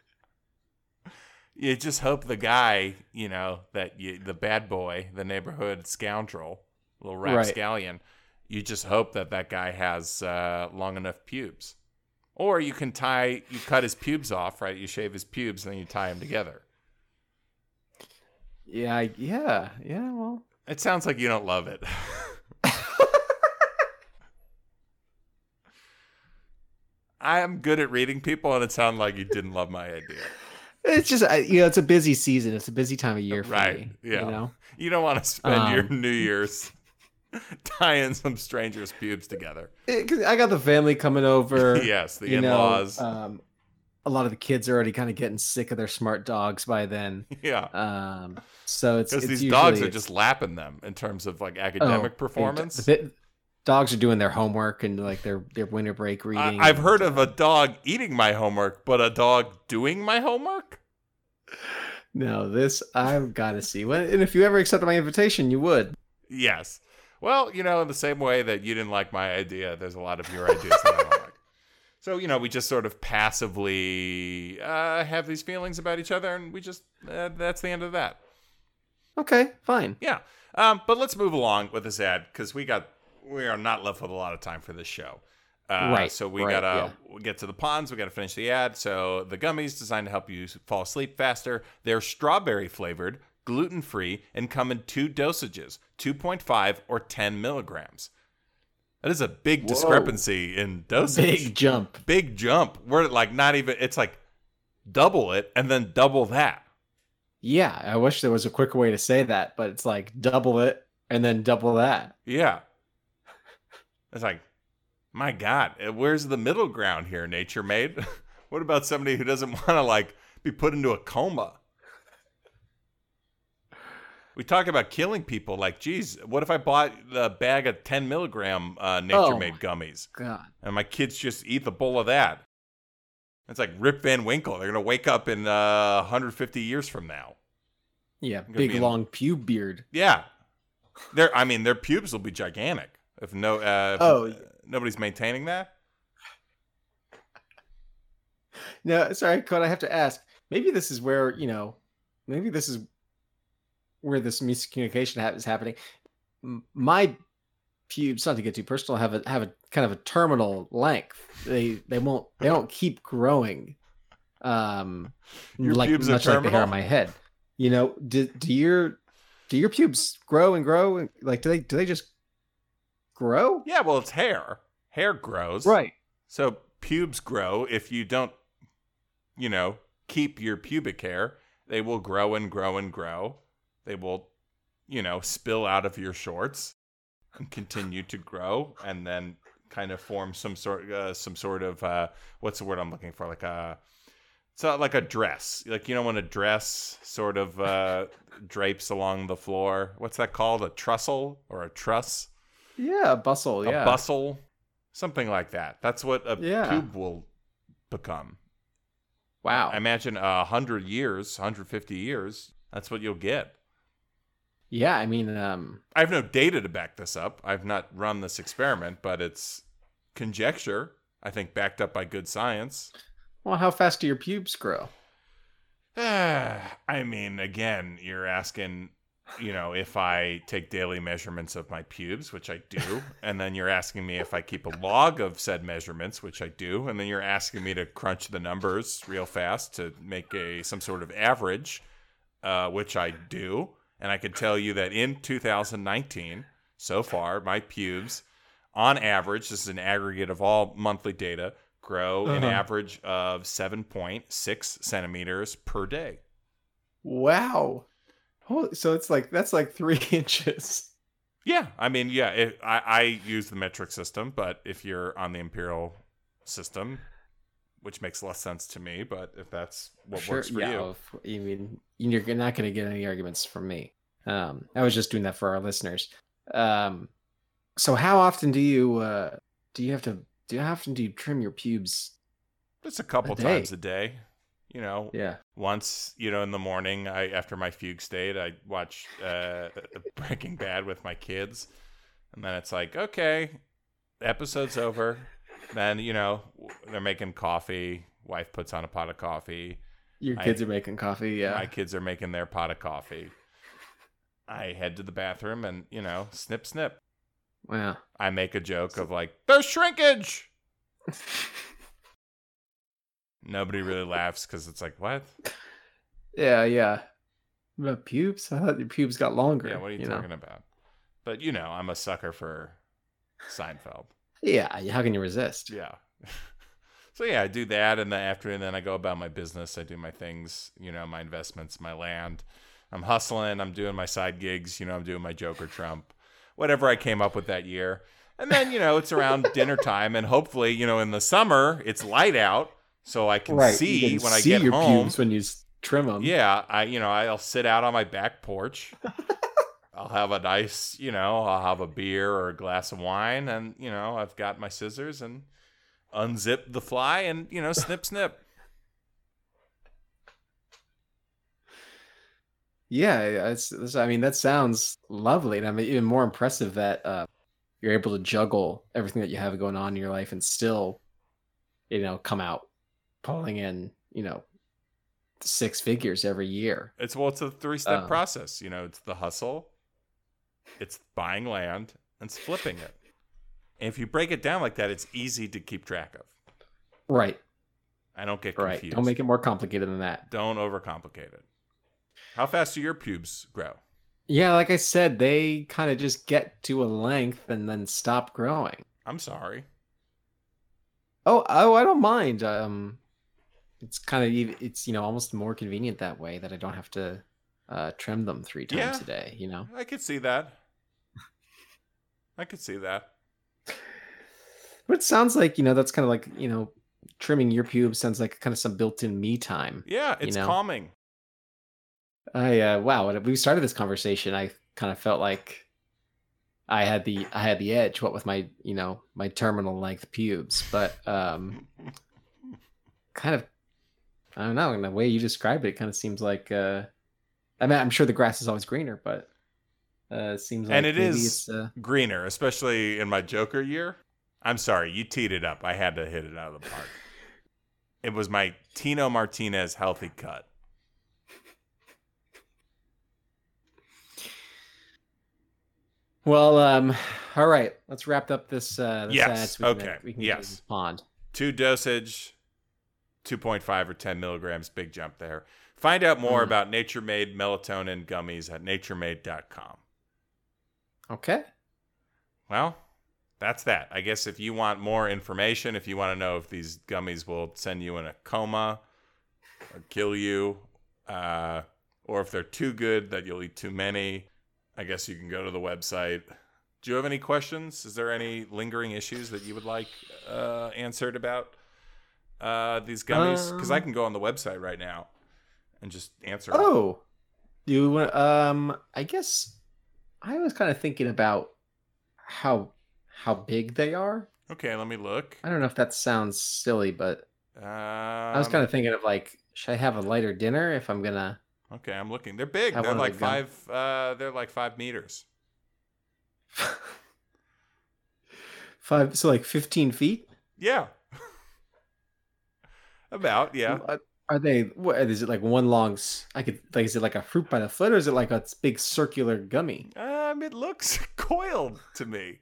A: [laughs] you just hope the guy, you know, that you, the bad boy, the neighborhood scoundrel, little
B: Right.
A: rapscallion, you just hope that that guy has uh, long enough pubes. Or you can tie, you cut his pubes off, right? You shave his pubes and then you tie them together.
B: Yeah, I- yeah, yeah. Well,
A: It sounds like you don't love it. [laughs] I am good at reading people, and it sounded like you didn't love my idea.
B: it's just I, you know it's a busy season. It's a busy time of year for
A: Right,
B: me.
A: yeah.
B: You know.
A: You don't want to spend your
B: Um.
A: New Year's [laughs] tying some stranger's pubes together.
B: It- Eh, 'cause I got the family
A: [laughs]
B: coming over.
A: yes, the
B: you
A: in
B: know,
A: laws.
B: um, a lot of the kids are already kind of getting sick of their smart dogs by then.
A: yeah.
B: Um, so it's
A: Because
B: it's
A: these dogs
B: usually-
A: are just lapping them in terms of like
B: oh,
A: academic
B: they-
A: performance.
B: the dogs are doing their homework and like their their winter break reading.
A: I, I've heard of a dog eating my homework, but a dog doing my homework?
B: No, this I've got to see. Well, and if you ever accepted my invitation, you would.
A: Yes. Well, you know, in the same way that you didn't like my idea, there's a lot of your ideas that I don't like. So, you know, we just sort of passively uh, have these feelings about each other, and we just, uh, that's the end of that.
B: Okay, fine.
A: Yeah. Um, but let's move along with this ad because we got we are not left with a lot of time for this show. Uh,
B: Right,
A: So we
B: right,
A: gotta get to the ponds. We gotta finish the ad. So the gummies designed to help you s- fall asleep faster. They're strawberry flavored, gluten free, and come in two dosages: two point five or ten milligrams. That is a big
B: Whoa.
A: discrepancy in dosage.
B: Big jump.
A: big jump. We're like not even. It's like double it and then double that.
B: Yeah, I wish there was a quicker way to say that, but it's like double it and then double that.
A: Yeah. It's like, my God, eh, where's the middle ground here, nature made? [laughs] what about [laughs] somebody who doesn't want to like be put into a coma? We talk about killing people. Like, geez, what if I bought the bag of 10 milligram uh, nature made
B: Oh.
A: gummies
B: God.
A: and my kids just eat the bowl of that? It's like Rip Van Winkle. They're going to wake up in uh, 150 years from now.
B: Yeah,
A: gonna
B: big
A: be in-
B: long pube beard.
A: Yeah. Their, I mean, their pubes will be gigantic if no uh, if
B: Oh.
A: nobody's maintaining that.
B: No, sorry, Code. I have to ask. Maybe this is where you know, maybe this is where this miscommunication ha- is happening. M- My pubes, not to get too personal, have a have a kind of a terminal length. They they won't they don't keep growing. Um,
A: Your
B: like
A: pubes are
B: much like the hair
A: terminal?
B: on my head. You know, do do your do your pubes grow and grow? And, like, do they do they just grow?
A: Yeah, well, it's hair. Hair grows.
B: Right.
A: So pubes grow if you don't, you know, keep your pubic hair. They will grow and grow and grow. They will, you know, spill out of your shorts and continue to grow, and then kind of form some sort, uh, some sort of uh, what's the word I'm looking for? Like a, it's not like a dress. Like you know when a dress sort of uh, [laughs] drapes along the floor. What's that called? A trussle or a truss?
B: Yeah, a bustle. Yeah.
A: a bustle, something like that. That's what a
B: Yeah.
A: pube will become.
B: Wow.
A: I imagine a hundred years, hundred fifty years. That's what you'll get.
B: yeah, I mean, um,
A: I have no data to back this up. I've not run this experiment, but it's conjecture. I think backed up by good science. [sighs]
B: well, how fast do your pubes grow?
A: I mean, again, you're asking, you know, if I take daily measurements of my pubes, which I do, and then you're asking me if I keep a log of said measurements, which I do, and then you're asking me to crunch the numbers real fast to make a some sort of average, uh, which I do, and I could tell you that in 2019, so far, my pubes, on average, this is an aggregate of all monthly data, grow an
B: Uh-huh.
A: average of 7.6 centimeters per day.
B: Wow. Holy, so it's like that's like three [laughs] inches.
A: Yeah, I mean, yeah, it, I, I use the metric system, but if you're on the imperial system, which makes less sense to me, but if that's what works for
B: yeah,
A: you,
B: of- I mean, you're not going to get any arguments from me. Um, I was just doing that for our listeners. Um, so how often do you uh, do you have to do? How often do you trim your pubes?
A: just a couple
B: day.
A: times a day. You know,
B: Yeah.
A: once you know in the morning, I after my fugue state, I watch uh, Breaking Bad with my kids, and then it's like, okay, episode's over. Then you know they're making coffee. Wife puts on a pot of coffee.
B: Your
A: I-
B: kids are making coffee. Yeah.
A: My kids are making their pot of coffee. I head to the bathroom and, you know, snip, snip.
B: wow. [laughs]
A: I make a joke of like, there's shrinkage. Nobody really laughs because it's like, what?
B: Yeah. Yeah. About pubes? I thought your pubes got longer.
A: Yeah, what are you,
B: know?
A: talking about? But, you know, I'm a sucker for Seinfeld.
B: Yeah. How can you resist?
A: Yeah. [laughs] so, yeah, I do that in the afternoon. Then I go about my business. I do my things, you know, my investments, my land. I'm hustling. I'm doing my side gigs. You know, I'm doing my Joker Trump. whatever I came up with that year. And then, you know, it's
B: [laughs]
A: around dinner time and hopefully, you know, in the summer it's light out so I can
B: right.
A: see
B: you can
A: when I
B: see
A: get
B: your
A: home.
B: pubes when you s- trim them.
A: Yeah, I you know, I'll sit out on my back porch.
B: [laughs]
A: I'll have a nice, you know, I'll have a beer or a glass of wine and, you know, I've got my scissors and unzip the fly and, you know,
B: [laughs]
A: snip snip.
B: Yeah, yeah, it's, it's- I mean that sounds lovely, and I mean even more impressive that uh, you're able to juggle everything that you have going on in your life and still, you know, come out pulling in, you know, six figures every year.
A: It's well, it's a three step
B: Uh.
A: process. You know, it's the hustle, it's buying land, and it's flipping it. And if you break it down like that, it's easy to keep track of.
B: Right,
A: I don't get
B: right.
A: confused.
B: Don't make it more complicated than that.
A: Don't overcomplicate it. How fast do your pubes grow?
B: Yeah, like I said, they kind of just get to a length and then stop growing.
A: I'm sorry.
B: Oh, oh, I don't mind. Um, it's kind of ev- it's you know almost more convenient that way that I don't have to uh, trim them three times
A: Yeah.
B: a day. You know.
A: I could see that. I could see that.
B: But it sounds like, you know, that's kind of like, you know, trimming your pubes sounds like kind of some built in me time.
A: Yeah, it's
B: know?
A: calming.
B: I uh, wow, when we started this conversation, I kind of felt like I had the I had the edge. What with my you know my terminal length pubes, but um, kind of I don't know. In the way you describe it, it kind of seems like uh, I mean, I'm sure the grass is always greener, but uh, it seems like
A: And it
B: maybe
A: is-
B: It's, uh,
A: Greener, especially in my Joker year. I'm sorry, you teed it up. I had to hit it out of the park. it was my Tino Martinez healthy cut.
B: well, um, all right. Let's wrap up this. Uh, this
A: Yes,
B: ad so we can-
A: okay,
B: we can
A: yes.
B: do the Pond.
A: two dosage 2.5 or 10 milligrams big jump there find out more
B: Mhm.
A: about nature made melatonin gummies at naturemade.com
B: Okay.
A: well that's that i guess if you want more information if you want to know if these gummies will send you in a coma or kill you uh, or if they're too good that you'll eat too many i guess you can go to the website do you have any questions is there any lingering issues that you would like uh, answered about uh, these gummies because i
B: Um.
A: can go on the website right now and just answer them.
B: Oh, you wa- um? I guess I was kind of thinking about how how big they are.
A: okay let me look
B: I don't know if that sounds silly, but
A: um,
B: I was kind of thinking of like, should I have a lighter dinner if I'm gonna?
A: okay i'm looking they're big
B: How
A: they're
B: long
A: like
B: have they gone?
A: five uh, they're like five meters
B: [laughs] Five, so like 15 feet.
A: Yeah. [laughs] About, yeah.
B: Are- Are they? What is it like? One long? s- I could like. Is it like a fruit by the foot, or is it like a big circular gummy?
A: Um, it looks [laughs] coiled to me.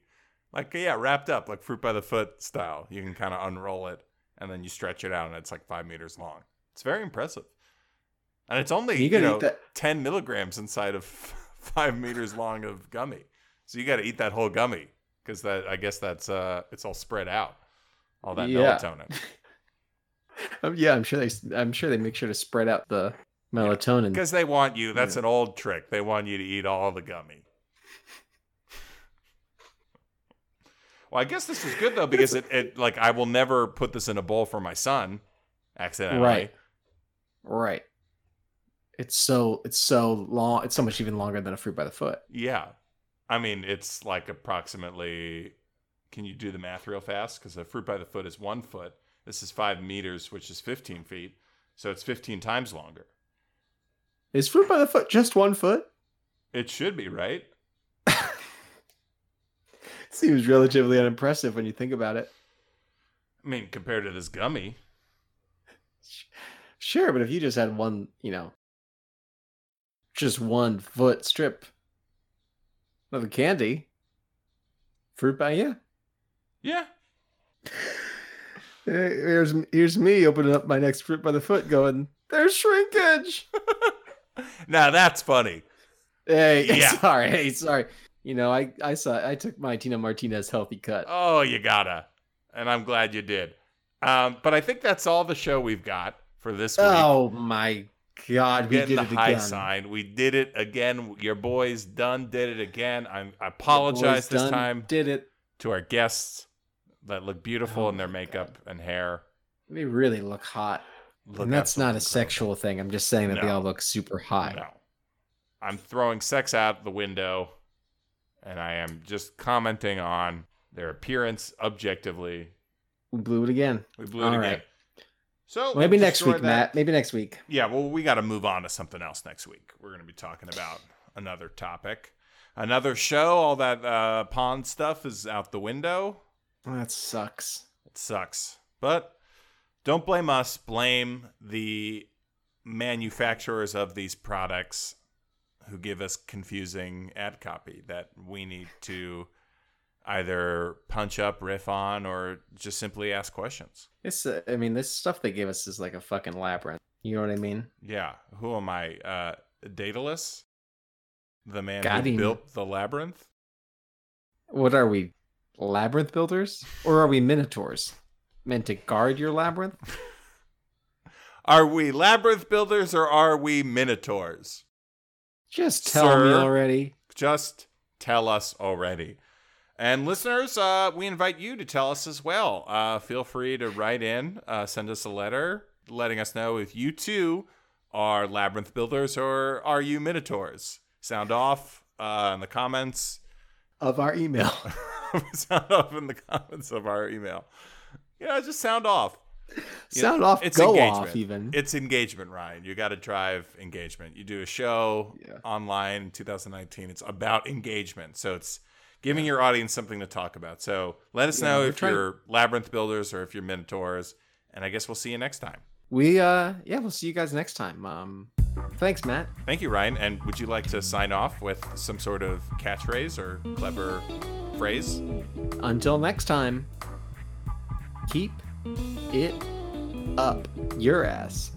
A: Like, yeah, wrapped up, like fruit by the foot style. You can kind of unroll it and then you stretch it out, and it's like five meters long. It's very impressive. And it's only,
B: You
A: you,
B: gotta
A: know,
B: eat that.
A: 10 milligrams inside of [laughs] five meters long of gummy. So you got to eat that whole gummy because that, I guess that's, uh, it's all spread out, all that
B: Yeah.
A: melatonin.
B: Um, yeah, I'm sure they. s- I'm sure they make sure to spread out the melatonin.
A: Because they want you. That's
B: Yeah.
A: an old trick. They want you to eat all the gummy. well, I guess this was good though because it, it like I will never put this in a bowl for my son accidentally.
B: Right. Right. It's so it's so long. It's so much even longer than a fruit by the foot.
A: Yeah. I mean, it's like approximately. Can you do the math real fast? Because the fruit by the foot is one foot. This is five meters, which is fifteen feet. So it's fifteen times longer.
B: Is fruit by the foot just one foot?
A: It should be right.
B: Seems relatively unimpressive when you think about it.
A: I mean, compared to this gummy.
B: Sure, but if you just had one, you know, just one foot strip of a candy, fruit by yeah.
A: Yeah.
B: Here's here's me opening up my next fruit by the foot, going there's shrinkage. [laughs]
A: Now that's funny.
B: Hey, [laughs]
A: Yeah.
B: sorry, hey, sorry. You know, I I saw I took my Tina Martinez healthy cut.
A: Oh, you gotta. And I'm glad you did. Um, but I think that's all the show we've got for this week.
B: Oh my god, we
A: Getting
B: did it
A: the high
B: again.
A: sign. We did it again. Your boys done did it again. I'm, I apologize
B: Boys
A: this
B: done
A: time
B: Did it?
A: to our guests that look beautiful
B: Oh
A: in their
B: my
A: makeup and hair.
B: We really look hot,
A: Look
B: and that's not a
A: absolutely
B: sexual thing. I'm just saying that they
A: No.
B: all look super hot.
A: incredible. No. I'm throwing sex out the window, and I am just commenting on their appearance objectively.
B: We blew it again.
A: We blew it
B: All
A: again.
B: right.
A: So
B: Maybe
A: let's
B: next
A: Oh, destroy
B: week,
A: that.
B: Matt. Maybe next week.
A: Yeah, well, we got to move on to something else next week. We're going to be talking about another topic, another show. All that uh, pawn stuff is out the window.
B: Well, that sucks.
A: It sucks, but don't blame us. Blame the manufacturers of these products who give us confusing ad copy that we need to either punch up, riff on, or just simply ask questions.
B: This, uh, I mean, this stuff they gave us is like a fucking labyrinth. You know what I mean?
A: Yeah. Who am I? Uh Daedalus? The man
B: Got
A: who
B: him.
A: built the labyrinth?
B: What are we, labyrinth builders, or are we minotaurs, meant to guard your labyrinth?
A: Are we labyrinth builders or are we minotaurs?
B: Just tell me
A: Sir.
B: already.
A: Just tell us already. And listeners, uh, we invite you to tell us as well. Uh, feel free to write in, uh, send us a letter letting us know if you too Are labyrinth builders or are you minotaurs? Sound off uh, in the comments.
B: of our email.
A: [laughs] sound off in the comments of our email. Yeah, just sound off. You know,
B: [laughs] Sound off,
A: it's
B: go
A: engagement.
B: off, even.
A: It's engagement, Ryan. You got to drive engagement. You do a show
B: Yeah.
A: online in 2019. It's about engagement. So it's giving your audience something to talk about. So let us
B: Yeah,
A: know
B: we're
A: if
B: trying-
A: you're labyrinth builders or if you're minotaurs. And I guess we'll see you next time.
B: we uh, yeah, we'll see you guys next time. Um, thanks, Matt.
A: Thank you, Ryan. And would you like to sign off with some sort of catchphrase or clever phrase?
B: Until next time, keep it up your ass.